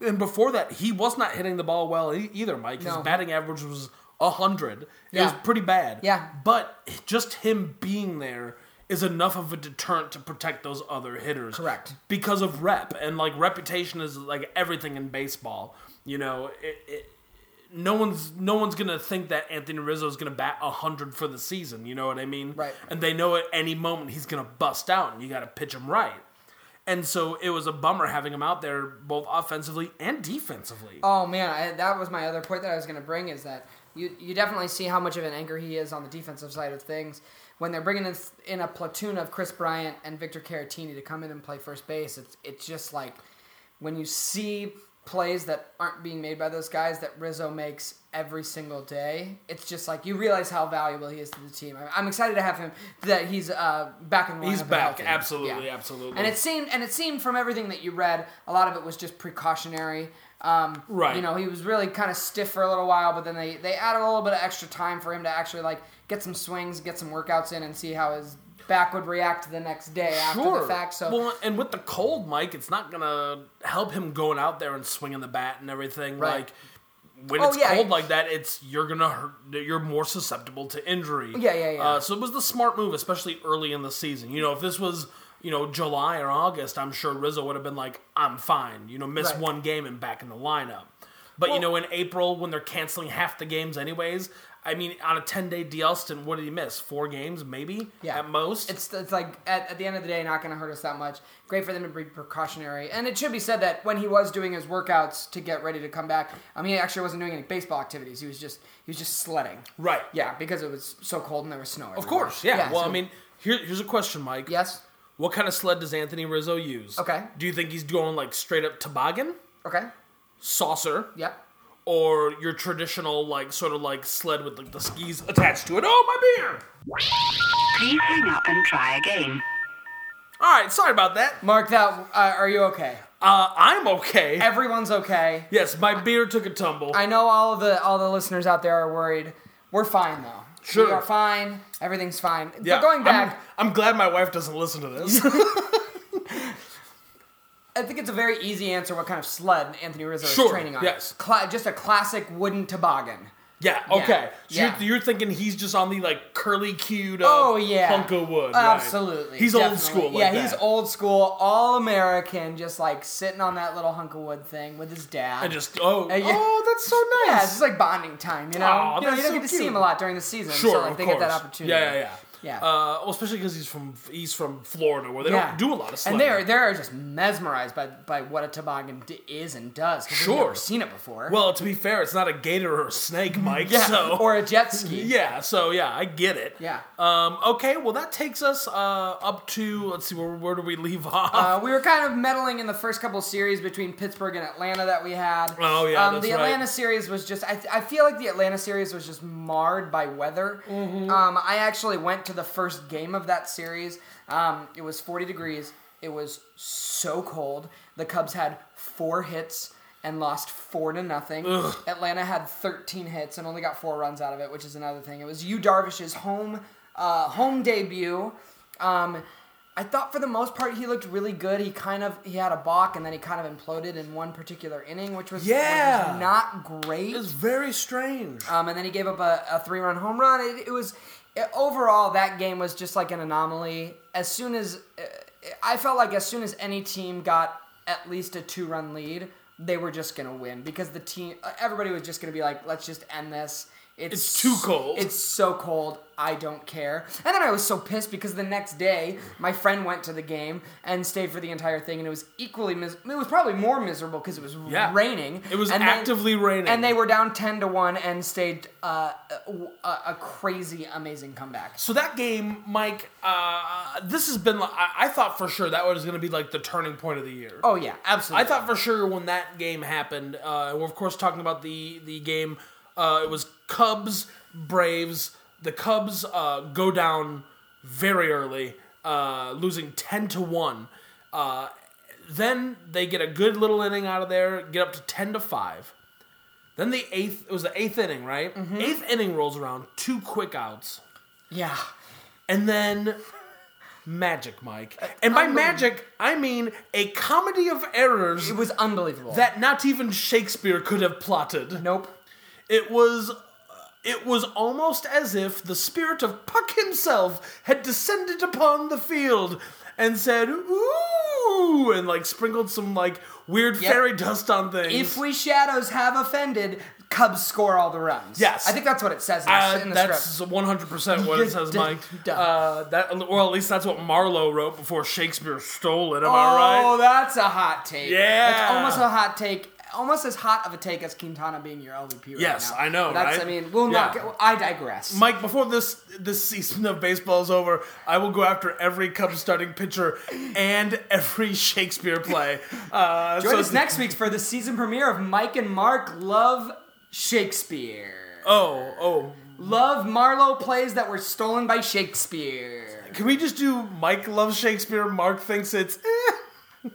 B: and before that, he was not hitting the ball well e- either. Mike, his
C: No.
B: batting average was hundred. It was
C: Yeah.
B: pretty bad.
C: Yeah.
B: but just him being there is enough of a deterrent to protect those other hitters
C: Correct.
B: because of rep and like reputation is like everything in baseball you know it, it, no one's no one's gonna think that anthony rizzo is gonna bat 100 for the season you know what i mean
C: Right.
B: and they know at any moment he's gonna bust out and you gotta pitch him right and so it was a bummer having him out there both offensively and defensively
C: Oh man, I, that was my other point that I was going to bring is that you you definitely see how much of an anchor he is on the defensive side of things when they're bringing in, in a platoon of Chris Bryant and Victor Caratini to come in and play first base. It's it's just like when you see plays that aren't being made by those guys that Rizzo makes every single day. It's just like you realize how valuable he is to the team. I'm, I'm excited to have him that he's uh, back in the
B: He's
C: lineup and
B: back,
C: healthy.
B: absolutely, absolutely.
C: And it seemed and it seemed from everything that you read, a lot of it was just precautionary. Um,
B: Right.
C: You know, he was really kind of stiff for a little while, but then they, they added a little bit of extra time for him to actually like get some swings, get some workouts in, and see how his back would react the next day after the fact. So
B: well, and with the cold, Mike, it's not gonna help him going out there and swinging the bat and everything.
C: Right.
B: Like when
C: Oh,
B: it's
C: yeah.
B: cold like that, it's you're gonna hurt, you're more susceptible to injury.
C: Yeah, yeah, yeah.
B: Uh, so it was the smart move, especially early in the season. You know, if this was you know July or August, I'm sure Rizzo would have been like, "I'm fine." You know, miss
C: Right.
B: one game and back in the lineup. But you know, in April when they're canceling half the games anyways. I mean, on a ten day DL stint, what did he miss? Four games, maybe
C: Yeah.
B: at most.
C: it's it's like at, at the end of the day not going to hurt us that much great for them to be precautionary and it should be said that when he was doing his workouts to get ready to come back i mean he actually wasn't doing any baseball activities he was just he was just sledding
B: right.
C: yeah because it was so cold and there was snow
B: Of course, yeah. well,
C: so-
B: I mean, here, here's a question, Mike.
C: yes
B: What kind of sled does Anthony Rizzo use?
C: Okay.
B: Do you think he's going like straight up toboggan,
C: okay
B: saucer,
C: yep
B: or your traditional like sort of like sled with like the skis attached to it? Oh, my beer!
D: Please hang up and try again.
B: All right, sorry about that.
C: mark that uh, are you okay
B: Uh, I'm okay.
C: everyone's okay
B: yes, my beer took a tumble.
C: i know all of the all the listeners out there are worried we're fine though we
B: Sure.
C: are fine everything's fine
B: Yeah,
C: but going
B: I'm-
C: back
B: I'm, glad my wife doesn't listen to this.
C: I think it's a very easy answer what kind of sled Anthony Rizzo
B: Sure,
C: is training on.
B: yes.
C: Cla- just a classic wooden toboggan.
B: yeah, okay. So
C: yeah.
B: You're, you're thinking he's just on the like curly cued uh,
C: Oh, yeah.
B: hunk of wood. right.
C: Absolutely.
B: He's
C: definitely.
B: old school. Like
C: yeah,
B: that.
C: he's old school, all American, just like sitting on that little hunk of wood thing with his dad.
B: And just, oh,
C: Uh, yeah.
B: oh, that's so nice.
C: Yeah, it's just like bonding time, you know?
B: Aw,
C: you know, you
B: that's
C: don't
B: so
C: get to see
B: cute.
C: him a lot during the season,
B: Sure,
C: so like
B: of
C: they
B: course.
C: get that opportunity.
B: Yeah, yeah, yeah.
C: Yeah.
B: Uh, well, especially because he's from he's from Florida, where they
C: Yeah.
B: don't do a lot of sledding.
C: And they're they're just mesmerized by by what a toboggan d- is and does. 'cause
B: Sure.
C: they've never seen it before.
B: well, to be fair, it's not a gator or a snake, Mike.
C: yeah,
B: So
C: or a jet ski.
B: yeah, so yeah, I get it.
C: Yeah.
B: Um. Okay. Well, that takes us uh up to let's see where where do we leave off?
C: Uh, we were kind of meddling in the first couple series between Pittsburgh and Atlanta that we had.
B: Oh, yeah,
C: um,
B: that's
C: the
B: right.
C: Atlanta series was just. I, I feel like the Atlanta series was just marred by weather. Um, I actually went to the first game of that series. Um, it was 40 degrees. It was so cold. The Cubs had four hits and lost four to nothing. Atlanta had 13 hits and only got four runs out of it, which is another thing. It was Yu Darvish's home uh, home debut. Um, I thought for the most part he looked really good. He kind of he had a balk and then he kind of imploded in one particular inning, which was, which was
B: Yeah.
C: not great.
B: it's very strange.
C: Um, and then he gave up a, a three run home run. It, it was it, overall that game was just like an anomaly. As soon as uh, I felt like as soon as any team got at least a two run lead, they were just gonna win because the team uh, everybody was just gonna be like, let's just end this. It's,
B: It's too cold.
C: It's so cold. I don't care. And then I was so pissed because the next day my friend went to the game and stayed for the entire thing, and it was equally mis- it was probably more miserable because it was
B: Yeah.
C: raining.
B: It was
C: And
B: actively raining.
C: and they were down ten to one and stayed uh, a, a a crazy, amazing comeback.
B: So that game, Mike, uh, this has been. like- I, I thought for sure that was going to be like the turning point of the year.
C: Oh yeah, absolutely.
B: I thought for sure when that game happened, uh, we're of course talking about the the game. Uh, it was Cubs Braves. The Cubs uh, go down very early, uh, losing ten to one. Uh, then they get a good little inning out of there, get up to ten to five. Then the eighth it was the eighth inning, right?
C: Mm-hmm.
B: Eighth inning rolls around, two quick outs.
C: yeah,
B: And then magic, Mike. And by magic, I mean a comedy of errors
C: it was unbelievable.
B: that not even Shakespeare could have plotted.
C: nope.
B: It was uh, it was almost as if the spirit of Puck himself had descended upon the field and said, "Ooh," and like sprinkled some like weird fairy dust on things.
C: If we shadows have offended, Cubs score all the runs.
B: Yes.
C: I think that's what it says in the,
B: Uh,
C: in the script.
B: that's one hundred percent what it says,
C: Duh,
B: Mike.
C: duh.
B: Uh, that, or at least that's what Marlowe wrote before Shakespeare stole it. Am I right?
C: Oh, that's a hot take.
B: Yeah.
C: that's almost a hot take. Almost as hot of a take as Quintana being your LVP right
B: Yes,
C: now.
B: I know,
C: That's.
B: right?
C: I mean, we'll not.
B: Yeah.
C: Get, I digress.
B: Mike, before this this season of baseball is over, I will go after every Cubs starting pitcher and every Shakespeare play. Uh,
C: Join
B: so-
C: us next week for the season premiere of Mike and Mark Love Shakespeare.
B: Oh, oh.
C: Love Marlowe plays that were stolen by Shakespeare.
B: Can we just do Mike loves Shakespeare? Mark thinks it's. Eh.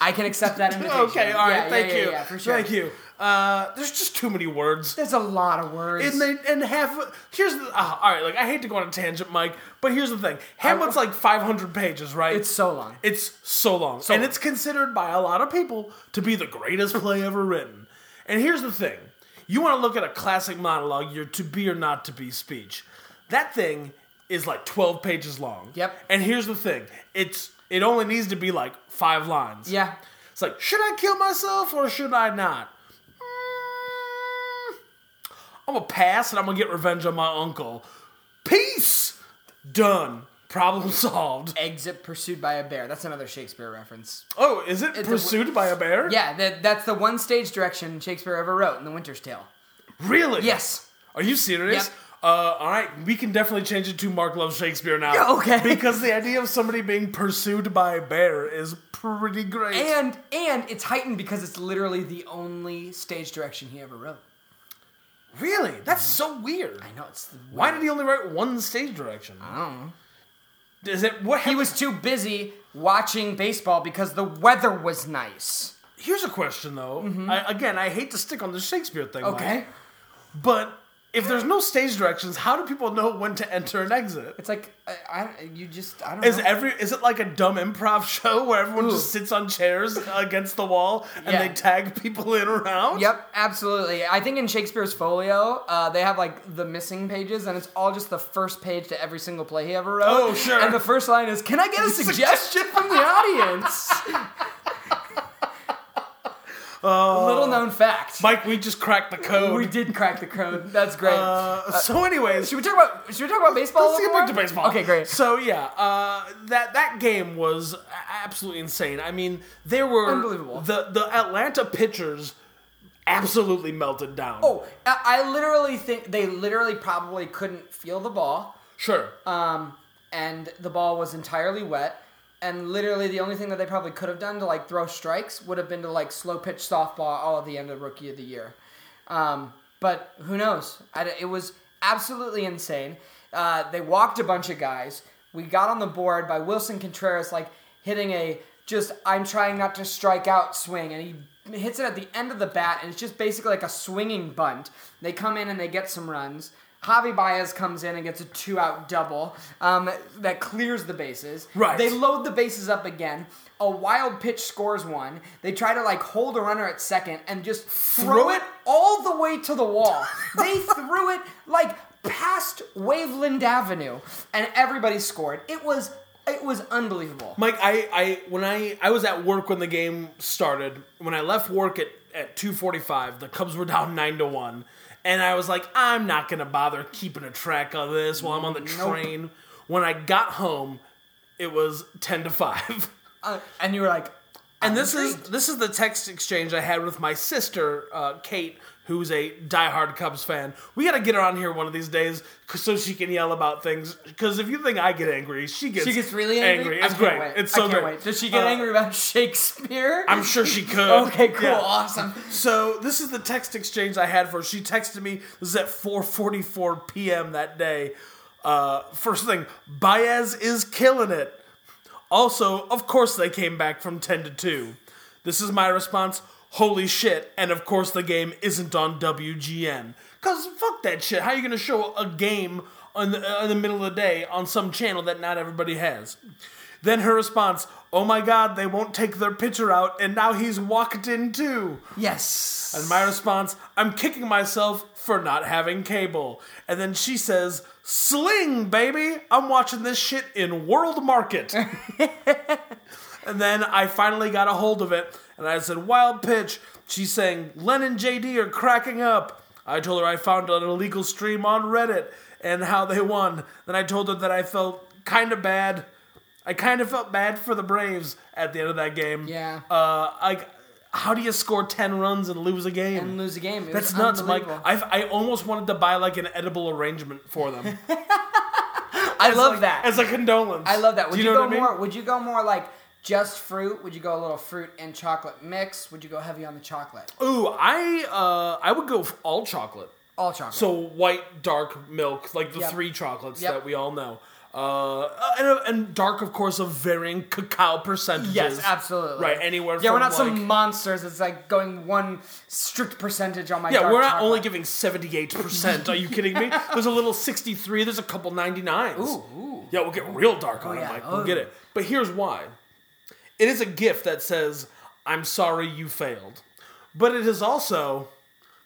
C: I can accept that invitation.
B: Okay, all right,
C: Yeah,
B: thank
C: yeah, yeah,
B: you,
C: yeah, for sure.
B: thank you. Uh, there's just too many words.
C: There's a lot of words.
B: And they and half here's the uh, all right. Like I hate to go on a tangent, Mike, but here's the thing: Hamlet's like 500 pages, right?
C: it's so long.
B: It's so long. and it's considered by a lot of people to be the greatest play ever written. And here's the thing you want to look at a classic monologue, your to be or not to be speech. That thing is like 12 pages long.
C: Yep.
B: And here's the thing it's it only needs to be like five lines.
C: Yeah.
B: It's like, should I kill myself or should I not? Mm, I'm gonna pass and I'm gonna get revenge on my uncle. Peace! Done. Problem solved.
C: Exit pursued by a bear. That's another Shakespeare reference.
B: Oh, is it
C: It's a-
B: pursued by a bear?
C: Yeah, that, that's the one stage direction Shakespeare ever wrote in The Winter's Tale.
B: Really?
C: Yes.
B: Are you serious?
C: Yep.
B: Uh, all right, we can definitely change it to Mark loves Shakespeare now.
C: Yeah, okay.
B: Because the idea of somebody being pursued by a bear is pretty great.
C: And and it's heightened because it's literally the only stage direction he ever wrote.
B: really, that's so weird.
C: I know Uh. it's the
B: Why did he only write one stage direction? I don't know. Is it what
C: He was too busy watching baseball because the weather was nice.
B: Here's a question though. I, again, I hate to stick on the Shakespeare thing. Mike,
C: Mm-hmm. Okay.
B: but if there's no stage directions, how do people know when to enter and exit?
C: It's like I, I you just I don't
B: Is
C: know.
B: every is it like a dumb improv show where everyone
C: Ooh.
B: just sits on chairs against the wall and
C: Yeah.
B: they tag people in around?
C: Yep, absolutely. I think in Shakespeare's folio, uh, they have like the missing pages, and it's all just the first page to every single play he ever wrote.
B: Oh, sure.
C: And the first line is, "Can I get a suggestion from the audience?"
B: Uh,
C: Little known fact.
B: Mike, we just cracked the code.
C: we did crack the code. That's great.
B: Uh, so, anyways,
C: should we talk about Should we talk about baseball? a
B: let's get
C: little
B: back to
C: more?
B: baseball.
C: Okay, great.
B: So yeah, uh, that that game was a- absolutely insane. I mean, there were
C: Unbelievable.
B: The the Atlanta pitchers absolutely melted down.
C: Oh, I, I literally think they literally probably couldn't feel the ball.
B: sure.
C: um, and the ball was entirely wet. And literally, the only thing that they probably could have done to like throw strikes would have been to like slow pitch softball all at the end of rookie of the year. Um, but who knows? I d it was absolutely insane. Uh, they walked a bunch of guys. We got on the board by Wilson Contreras, like hitting a just I'm trying not to strike out swing, and he hits it at the end of the bat, and it's just basically like a swinging bunt. They come in and they get some runs. Javi Baez comes in and gets a two out double um, that clears the bases.
B: Right.
C: They load the bases up again. A wild pitch scores one. They try to like hold a runner at second and just throw
B: Throw
C: it
B: it?
C: all the way to the wall. they threw it like past Waveland Avenue and everybody scored. It was it was unbelievable.
B: Mike, I, I when I I was at work when the game started. When I left work at at two forty five, the Cubs were down nine to one, and I was like, I'm not gonna bother keeping a track of this while I'm on the train. When I got home, it was ten to five.
C: Uh, and you were like
B: And this is this is the text exchange I had with my sister uh, Kate, who's a diehard Cubs fan. We got to get her on here one of these days 'cause- so she can yell about things. Because if you think I get angry, she gets
C: she gets really angry. I
B: It's
C: can't
B: great.
C: wait.
B: It's
C: I
B: so
C: can't
B: great.
C: wait. Does she get
B: Uh,
C: angry about Shakespeare?
B: I'm sure she could.
C: okay, cool,
B: Yeah.
C: awesome.
B: So this is the text exchange I had for her. She texted me. This is at 4:44 p.m. that day. Uh, first thing, Baez is killing it. Also, of course they came back from 10 to 2. This is my response. Holy shit! And of course the game isn't on WGN. Cause fuck that shit. How you gonna show a game in the, in the middle of the day on some channel that not everybody has? Then her response, "Oh my God, they won't take their pitcher out, and now he's walked in too."
C: Yes.
B: And my response, I'm kicking myself for not having cable. And then she says, Sling, baby! I'm watching this shit in World Market. and then I finally got a hold of it, and I said, Wild pitch. She's saying, Len and JD are cracking up. I told her I found an illegal stream on Reddit and how they won. Then I told her that I felt kind of bad. I kind of felt bad for the Braves at the end of that game.
C: Yeah.
B: Uh, like, how do you score ten runs and lose a game?
C: and lose a game. It
B: That's
C: was
B: nuts, Mike.
C: unbelievable.
B: I've, I almost wanted to buy like an edible arrangement for them
C: I love that.
B: as a condolence.
C: I love that.
B: Do
C: Would
B: you
C: you,
B: know
C: go
B: what I mean?
C: more? Would you go more like just fruit? Would you go a little fruit and chocolate mix? Would you go heavy on the chocolate?
B: Ooh, I uh, I would go f- all chocolate.
C: All chocolate.
B: So white, dark milk, like the
C: Yep.
B: three chocolates
C: Yep.
B: that we all know. Uh, uh, and, and dark, of course, of varying cacao percentages.
C: Yes, absolutely.
B: Right, anywhere.
C: Yeah,
B: from
C: we're not
B: like-
C: some monsters. It's like going one strict percentage on my.
B: Yeah,
C: dark
B: we're not
C: chocolate.
B: only giving 78%. Are you kidding me? There's a little 63, there's a couple 99s. Yeah, we'll get real dark on it,
C: yeah.
B: Mike.
C: Oh.
B: We'll get it. But here's why it is a gift that says, I'm sorry you failed. But it is also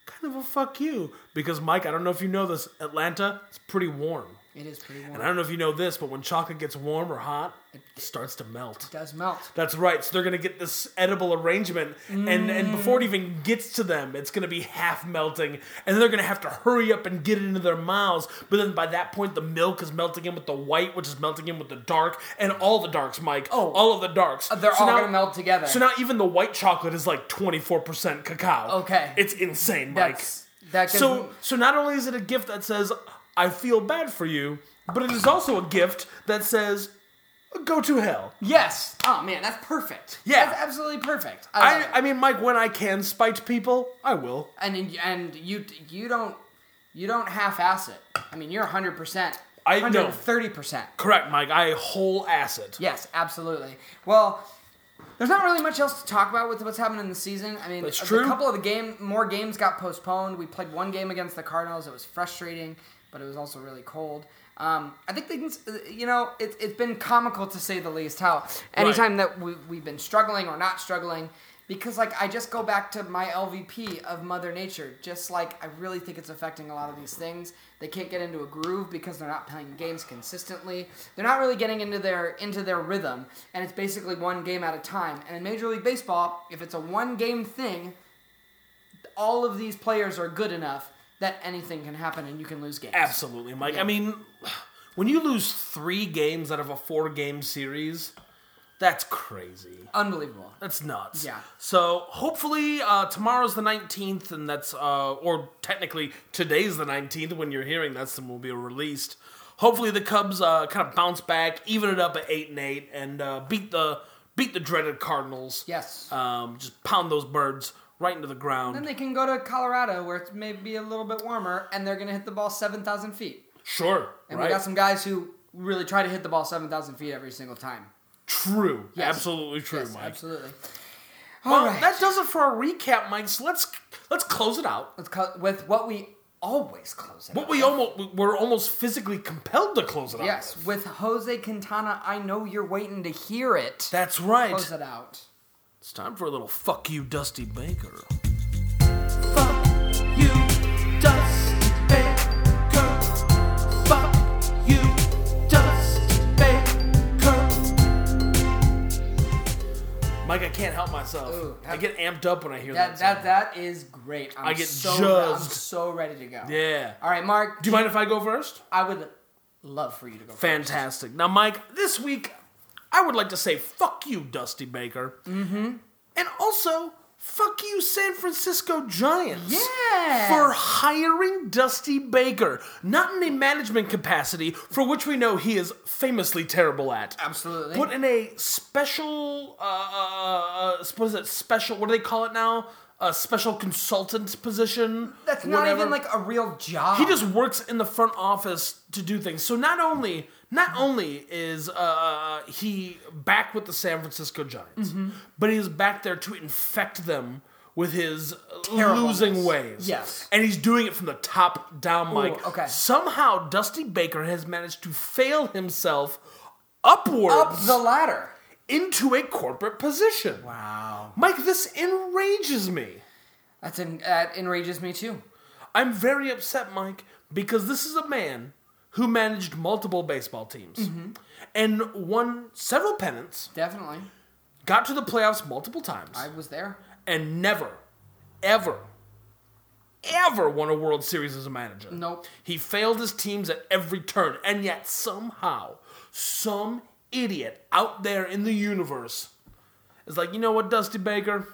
B: kind of a fuck you. Because, Mike, I don't know if you know this, Atlanta, it's pretty warm.
C: It is pretty warm.
B: And I don't know if you know this, but when chocolate gets warm or hot, it starts to melt.
C: It does melt.
B: That's right. So they're gonna get this edible arrangement, and and before it even gets to them, it's gonna be half melting, and they're gonna have to hurry up and get it into their mouths. But then by that point, the milk is melting in with the white, which is melting in with the dark, and all the darks, Mike.
C: Oh.
B: all of the darks.
C: They're
B: So
C: all
B: now-
C: gonna melt together.
B: So now even the white chocolate is like twenty four percent cacao.
C: Okay.
B: it's insane, Mike.
C: That's that. Gives
B: So so not only is it a gift that says I feel bad for you, but it is also a gift that says go to hell.
C: yes. Oh man, that's perfect.
B: Yeah.
C: that's absolutely perfect. I, love
B: I,
C: it.
B: I mean, Mike, when I can spite people, I will.
C: and then- and you you don't you don't half-ass it. I mean, you're 100. percent
B: I- no.
C: 130 percent.
B: Correct, Mike. I whole ass it.
C: Yes, absolutely. Well, there's not really much else to talk about with what's happened in the season. I mean,
B: That's
C: a
B: true.
C: couple of the game, more games got postponed. We played one game against the Cardinals. It was frustrating, but it was also really cold. Um, I think things, you know, it, it's been comical to say the least. How anytime that we, we've been struggling or not struggling, because like I just go back to my LVP of Mother Nature. Just like I really think it's affecting a lot of these things. They can't get into a groove because they're not playing games consistently. They're not really getting into their into their rhythm, and it's basically one game at a time. And in Major League Baseball, if it's a one game thing, all of these players are good enough that anything can happen and you can lose games.
B: Absolutely, Mike. I mean, when you lose three games out of a four game series, that's crazy.
C: Unbelievable.
B: That's nuts.
C: Yeah.
B: So hopefully uh, tomorrow's the nineteenth, and that's uh, or technically today's the nineteenth when you're hearing this, and will be released. Hopefully the Cubs uh, kind of bounce back, even it up at eight and eight, and uh, beat the beat the dreaded Cardinals.
C: Yes.
B: Um, just pound those birds right into the ground.
C: Then they can go to Colorado where it's maybe a little bit warmer and they're going to hit the ball 7,000 feet.
B: sure.
C: And
B: right.
C: we got some guys who really try to hit the ball 7,000 feet every single time.
B: True.
C: Yes.
B: Absolutely true,
C: Yes,
B: Mike.
C: absolutely.
B: Well,
C: All right.
B: that does it for our recap, Mike. So let's let's close it out.
C: Let's co- with what we always close it.
B: What
C: out
B: we
C: with.
B: almost we're almost physically compelled to close it out.
C: Yes,
B: with.
C: with Jose Quintana, I know you're waiting to hear it.
B: That's right.
C: close it out.
B: It's time for a little fuck you, Dusty Baker. Fuck you, Dusty Baker. Fuck you, Dusty Baker. Mike, I can't help myself.
C: Ooh,
B: I get amped up when I hear that.
C: That that
B: song.
C: that is great. I'm
B: I get
C: so re- I'm
B: jazzed.
C: so ready to go.
B: Yeah.
C: All right, Mark.
B: Do you mind if I go first?
C: I would love for you to go. first.
B: Fantastic. Now, Mike, this week I would like to say fuck you, Dusty Baker. Mm-hmm. And also, fuck you, San Francisco Giants.
C: Yeah.
B: For hiring Dusty Baker, not in a management capacity, for which we know he is famously terrible at.
C: Absolutely.
B: But in a special, uh, uh, uh, what is it? Special, what do they call it now? A special consultant position.
C: That's not
B: whatever.
C: even like a real job.
B: He just works in the front office to do things. So not only not only is uh, he back with the San Francisco Giants,
C: Mm-hmm.
B: but he is back there to infect them with his
C: Terribleness.
B: losing ways.
C: Yes.
B: and he's doing it from the top down. Like
C: okay.
B: somehow Dusty Baker has managed to fail himself upwards
C: up the ladder.
B: into a corporate position.
C: Wow.
B: Mike, this enrages me.
C: That's en- that enrages me too.
B: I'm very upset, Mike, because this is a man who managed multiple baseball teams and won several pennants,
C: Definitely.
B: got to the playoffs multiple times,
C: I was there.
B: and never, ever, ever won a World Series as a manager.
C: Nope.
B: He failed his teams at every turn, and yet somehow, some idiot out there in the universe is like, you know what, Dusty Baker?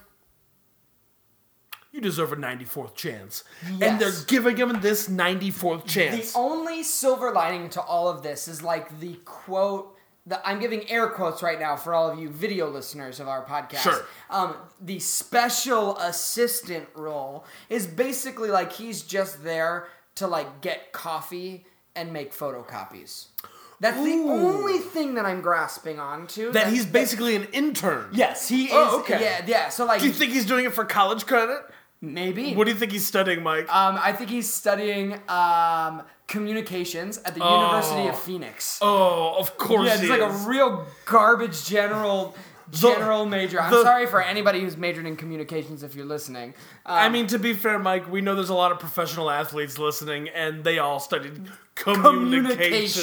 B: You deserve a 94th chance. And they're
C: Yes.
B: giving him this 94th
C: The
B: chance.
C: only silver lining to all of this is like the quote the, I'm giving air quotes right now for all of you video listeners of our podcast.
B: Sure.
C: Um, the special assistant role is basically like he's just there to like get coffee and make photocopies. That's the only thing that I'm grasping onto.
B: That he's basically an intern.
C: yes, he is.
B: Oh, okay.
C: Yeah, yeah. So like
B: Do you think he's doing it for college credit?
C: maybe.
B: What do you think he's studying, Mike?
C: um, I think he's studying um, communications at the University of Phoenix.
B: oh, of course.
C: Yeah, it's
B: he
C: like a
B: is.
C: real garbage general general major. I'm
B: the-
C: sorry for anybody who's majored in communications if you're listening. Uh,
B: I mean, to be fair, Mike, we know there's a lot of professional athletes listening, and they all studied communications.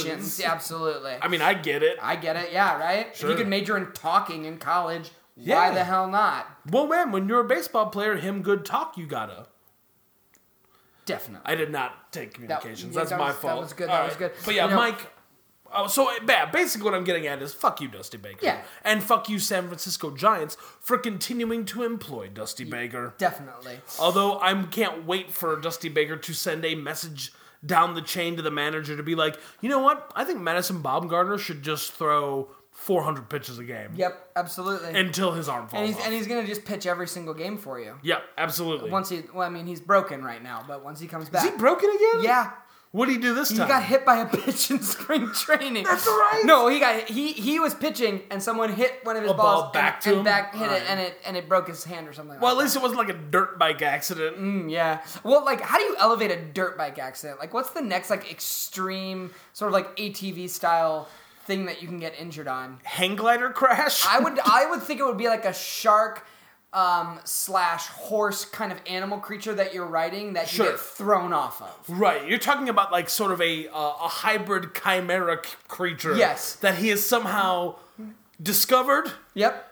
C: communications, absolutely.
B: I mean, I get it.
C: I get it. Yeah, right. If
B: Sure.
C: you could major in talking in college,
B: Yeah.
C: why the hell not?
B: Well, man, when you're a baseball player, him good talk, you gotta.
C: Definitely.
B: I did not take communications.
C: yeah,
B: That's
C: that
B: my
C: was- that
B: fault.
C: was good,
B: All
C: that was good.
B: But yeah,
C: You know-
B: Mike. Oh, so yeah, basically what I'm getting at is fuck you, Dusty Baker.
C: Yeah.
B: And fuck you, San Francisco Giants, for continuing to employ Dusty Baker.
C: Definitely.
B: Although I can't wait for Dusty Baker to send a message down the chain to the manager to be like, you know what? I think Madison Baumgartner should just throw 400 pitches a game
C: Yep. Absolutely. And,
B: until his arm falls
C: he's
B: off.
C: and he's gonna just pitch every single game for you.
B: yeah, absolutely.
C: Once he, well, I mean, he's broken right now, but once he comes
B: Is
C: back,
B: he broken again?
C: yeah,
B: What did he do this
C: He
B: time?
C: got hit by a pitch in spring training.
B: That's right.
C: No, he got he he was pitching and someone hit one of his
B: A ball
C: balls
B: back
C: and,
B: to
C: and
B: him?
C: back hit
B: Alright.
C: it and it and it broke his hand or something.
B: Well, at
C: like
B: least it wasn't like a dirt bike accident.
C: that. Mm, yeah. Well, like how do you elevate a dirt bike accident? Like what's the next like extreme sort of like ATV style thing that you can get injured on?
B: Hang glider crash?
C: I would I would think it would be like a shark um, slash horse kind of animal creature that you're riding that
B: Sure. Mm.
C: you get thrown off of.
B: Right, you're talking about like sort of a uh, a hybrid chimera c- creature.
C: Yes.
B: that he has somehow discovered,
C: Yep.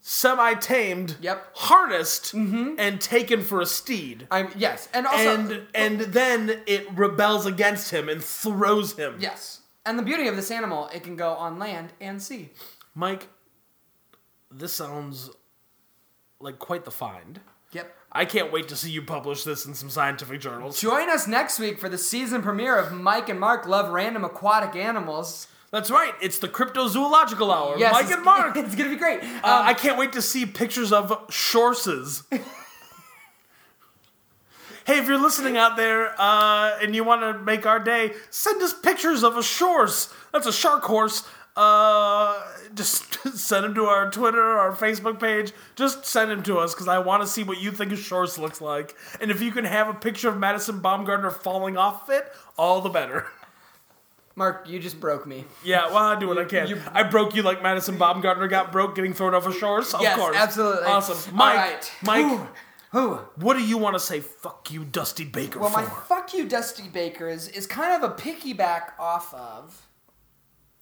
B: semi tamed,
C: Yep.
B: harnessed, and taken for a steed.
C: I'm yes. And also oh.
B: and and then it rebels against him and throws him.
C: Yes. And the beauty of this animal, it can go on land and sea.
B: Mike, this sounds like quite the find.
C: Yep.
B: I can't wait to see you publish this in some scientific journals.
C: Join us next week for the season premiere of Mike and Mark Love Random Aquatic Animals.
B: That's right. It's the cryptozoological hour.
C: Yes,
B: Mike
C: it's- Um,
B: and Mark.
C: It's gonna be great.
B: Uh, I can't wait to see pictures of shorses. hey, if you're listening out there uh, and you want to make our day, send us pictures of a shorse. That's a shark horse. Uh, just send them to our Twitter, our Facebook page. Just send them to us because I want to see what you think a shorse looks like. And if you can have a picture of Madison Baumgartner falling off of it, all the better.
C: Mark, you just broke me.
B: Yeah, well, I do what I can.
C: you-
B: I broke you like Madison Baumgartner got broke getting thrown off a shore. So
C: Yes,
B: of course,
C: absolutely.
B: awesome.
C: All
B: Mike,
C: right.
B: Mike,
C: Who?
B: what do you want to say? Fuck you, Dusty Baker.
C: Well, my
B: for
C: fuck you, Dusty Baker is is kind of a piggyback off of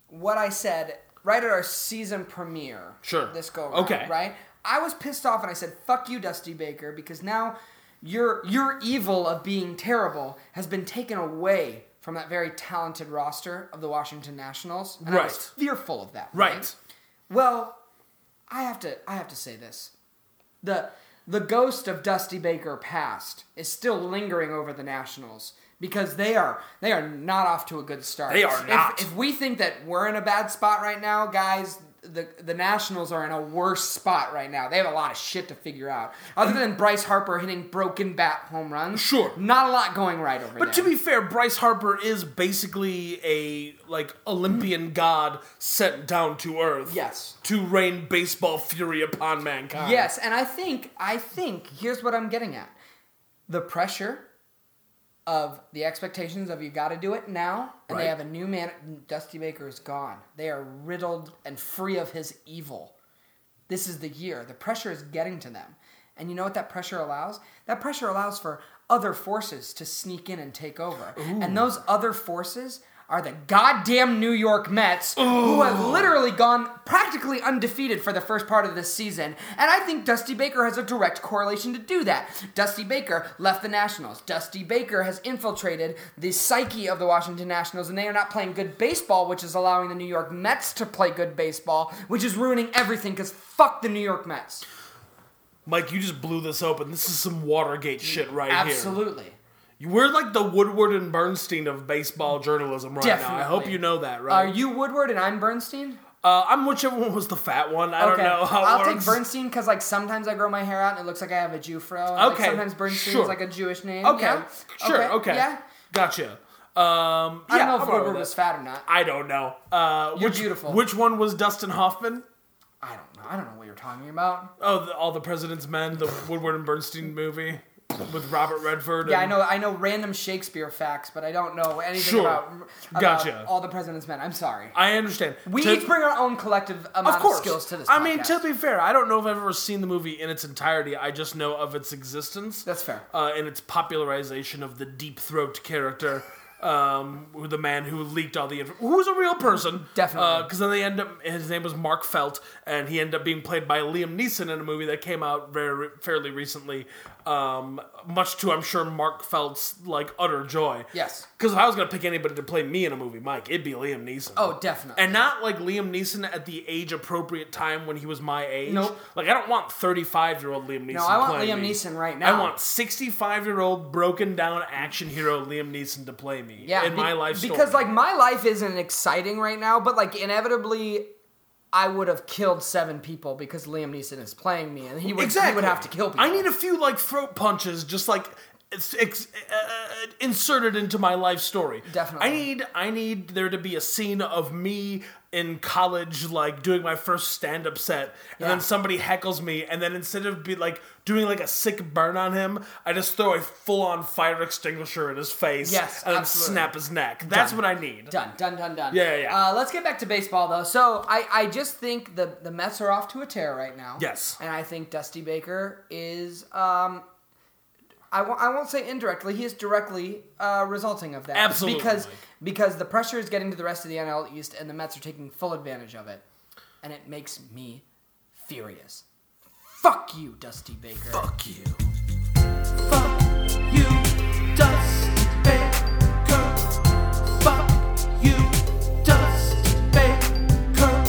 C: what I said right at our season premiere.
B: Sure.
C: This go around.
B: Okay.
C: Right. I was pissed off and I said, "Fuck you, Dusty Baker," because now your your evil of being terrible has been taken away from that very talented roster of the Washington Nationals, and I was
B: Right.
C: fearful of that.
B: right.
C: Well, I have to I have to say this. The the ghost of Dusty Baker past is still lingering over the Nationals because they are they are not off to a good start.
B: They are
C: If-
B: not.
C: If, we think that we're in a bad spot right now, guys, the the Nationals are in a worse spot right now. They have a lot of shit to figure out. Other than Bryce Harper hitting broken bat home runs,
B: Sure.
C: not a lot going right over there.
B: But to be fair, Bryce Harper is basically a like Olympian god sent down to earth.
C: Yes.
B: To rain baseball fury upon mankind.
C: Yes, and I think I think here's what I'm getting at. The pressure of the expectations of you got to do it now, and
B: Right.
C: they have a new man. Dusty Baker is gone. They are riddled and free of his evil. This is the year. The pressure is getting to them, and you know what that pressure allows? That pressure allows for other forces to sneak in and take over, and those other forces. Are the goddamn New York Mets who have literally gone practically undefeated for the first part of this season. And I think Dusty Baker has a direct correlation to do that. Dusty Baker left the Nationals. Dusty Baker has infiltrated the psyche of the Washington Nationals, and they are not playing good baseball, which is allowing the New York Mets to play good baseball, which is ruining everything because fuck the New York Mets.
B: Mike, you just blew this open. This is some Watergate shit right here.
C: Absolutely.
B: We're like the Woodward and Bernstein of baseball journalism right now. I hope
C: Definitely.
B: you know that,
C: Are
B: right?
C: you Woodward and I'm Bernstein?
B: uh, I'm whichever one was the fat one. I don't know how it
C: I'll
B: works.
C: take Bernstein because like sometimes I grow my hair out and it looks like I have a Jew fro. and,
B: Okay,
C: Like, sometimes Bernstein's
B: sure.
C: like a Jewish name.
B: Okay,
C: yeah.
B: sure, okay,
C: Yeah.
B: gotcha. Um,
C: I
B: yeah,
C: don't know
B: I'm
C: if
B: all right
C: Woodward
B: with
C: was
B: that.
C: fat or not.
B: I don't know. Uh,
C: You're
B: which,
C: beautiful.
B: Which one was Dustin Hoffman?
C: I don't know. I don't know what you're talking about.
B: Oh, the, all the President's Men, the Woodward and Bernstein movie with Robert Redford.
C: Yeah, I
B: and-
C: know. I know random Shakespeare facts, but I don't know anything
B: Sure.
C: about, about
B: Gotcha.
C: all the president's men. I'm sorry.
B: I understand.
C: We
B: To-
C: each bring our own collective amount
B: of
C: of,
B: course.
C: skills to this.
B: I mean, to
C: podcast.
B: be fair, I don't know if I've ever seen the movie in its entirety. I just know of its existence.
C: That's fair.
B: Uh, and its popularization of the deep throat character, um, who the man who leaked all the info, who was a real person,
C: Definitely.
B: Because then they end up. His name was Mark Felt, and he ended up being played by Liam Neeson in a movie that came out very fairly recently. Um, much to I'm sure Mark Felt's like utter joy.
C: Yes.
B: Because if I was gonna pick anybody to play me in a movie, Mike, it'd be Liam Neeson.
C: oh, definitely.
B: And not like Liam Neeson at the age appropriate time when he was my age.
C: Nope.
B: Like I don't want 35 year old Liam Neeson.
C: no, I want
B: playing
C: Liam
B: me.
C: Neeson right now.
B: I want 65 year old broken down action hero Liam Neeson to play me.
C: yeah,
B: In
C: be-
B: my life story.
C: because like my life isn't exciting right now, but like inevitably. I would have killed seven people because Liam Neeson is playing me, and he would,
B: exactly
C: he would have to kill people.
B: I need a few like throat punches, just like. It's ex- uh, inserted into my life story.
C: Definitely.
B: I need I need there to be a scene of me in college, like doing my first stand up set, and
C: Yeah.
B: then somebody heckles me, and then instead of be like doing like a sick burn on him, I just throw a full on fire extinguisher in his face,
C: Yes,
B: and then
C: absolutely.
B: snap his neck. That's what I need.
C: Done, done, done, done.
B: Yeah, yeah, yeah.
C: Uh, let's get back to baseball though. So I, I just think the the Mets are off to a tear right now.
B: Yes.
C: and I think Dusty Baker is um, I w- I won't say indirectly, he is directly uh, resulting of that.
B: Absolutely,
C: because
B: Mike.
C: because the pressure is getting to the rest of the NL East, and the Mets are taking full advantage of it, and it makes me furious. Fuck you, Dusty Baker.
B: Fuck you. Fuck you, Dusty Baker. Fuck you, Dusty Baker.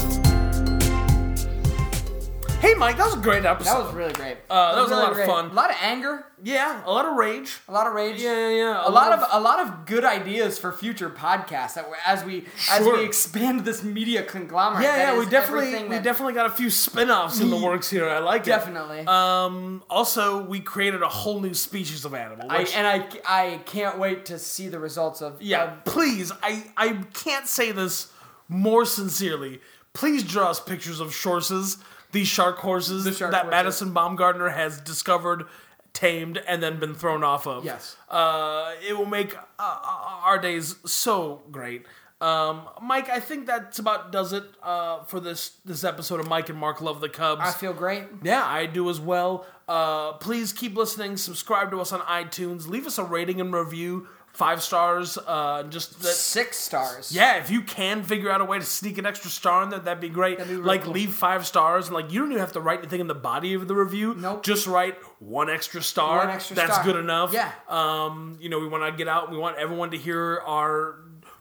B: Hey, Mike, that was a great episode.
C: That was really great.
B: Uh, that was a lot of
C: great.
B: fun.
C: A lot of anger.
B: yeah, a lot of rage.
C: A lot of rage.
B: Yeah, yeah, yeah.
C: A, lot, of, a lot of good ideas for future podcasts that we, as we as
B: Sure.
C: we expand this media conglomerate. that
B: yeah, yeah,
C: is
B: we definitely
C: everything
B: we
C: that-
B: definitely got a few spin-offs in the works here. I like it.
C: Definitely.
B: Um also we created a whole new species of animal.
C: I,
B: which-
C: and I I can't wait to see the results of
B: Yeah,
C: of-
B: please. I I can't say this more sincerely. Please draw us pictures of shorses, these shark horses
C: shark
B: that
C: horses.
B: Madison Baumgartner has discovered, tamed, and then been thrown off of.
C: Yes.
B: Uh, it will make uh, our days so great. Um, Mike, I think that's about does it uh, for this this episode of Mike and Mark Love the Cubs.
C: I feel great.
B: Yeah, I do as well. Uh, please keep listening. Subscribe to us on iTunes. Leave us a rating and review, five stars. Uh, just that,
C: Six stars.
B: yeah, if you can figure out a way to sneak an extra star in there, that'd be great.
C: That'd be really
B: like
C: cool.
B: leave five stars, and like you don't even have to write anything in the body of the review.
C: Nope.
B: just write one extra star.
C: One extra
B: That's
C: star.
B: good enough.
C: Yeah.
B: Um, you know, we want to get out. We want everyone to hear our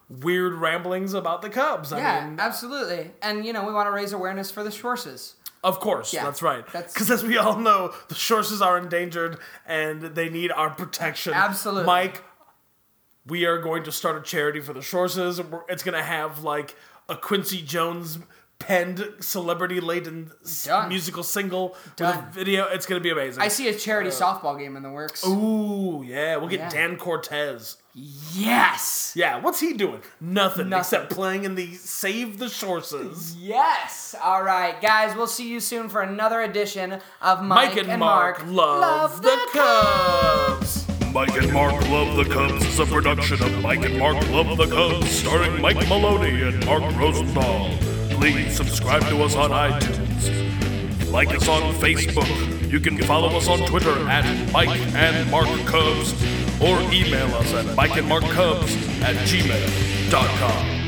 B: weird ramblings about the Cubs. I
C: Yeah,
B: mean,
C: absolutely. And you know, we want to raise awareness for the Schwartzes.
B: Of course,
C: Yeah,
B: that's right.
C: that's-
B: Because as we all know, the sources are endangered and they need our protection.
C: Absolutely.
B: Mike, we are going to start a charity for the sources. We're- It's going to have like a Quincy Jones penned celebrity laden
C: Done.
B: musical single
C: Done.
B: with a video. It's going to be amazing.
C: I see a charity
B: Uh,
C: softball game in the works.
B: oh, Ooh, yeah. We'll get
C: Yeah.
B: Dan Cortez.
C: Yes.
B: Yeah, what's he doing? Nothing,
C: Nothing.
B: except playing in the Save the Sources.
C: Yes. All right, guys. We'll see you soon for another edition of Mike,
B: Mike and, Mark, love, the, Cubs.
A: Mike and Mark Love the Cubs is a production of Mike and Mark Love the Cubs, starring Mike Maloney and Mark Rosenthal. Please subscribe to us on iTunes. Like us on Facebook. You can follow us on Twitter at Mike and Mark Cubs or email us at Mike and Mark Cubs at gmail.com.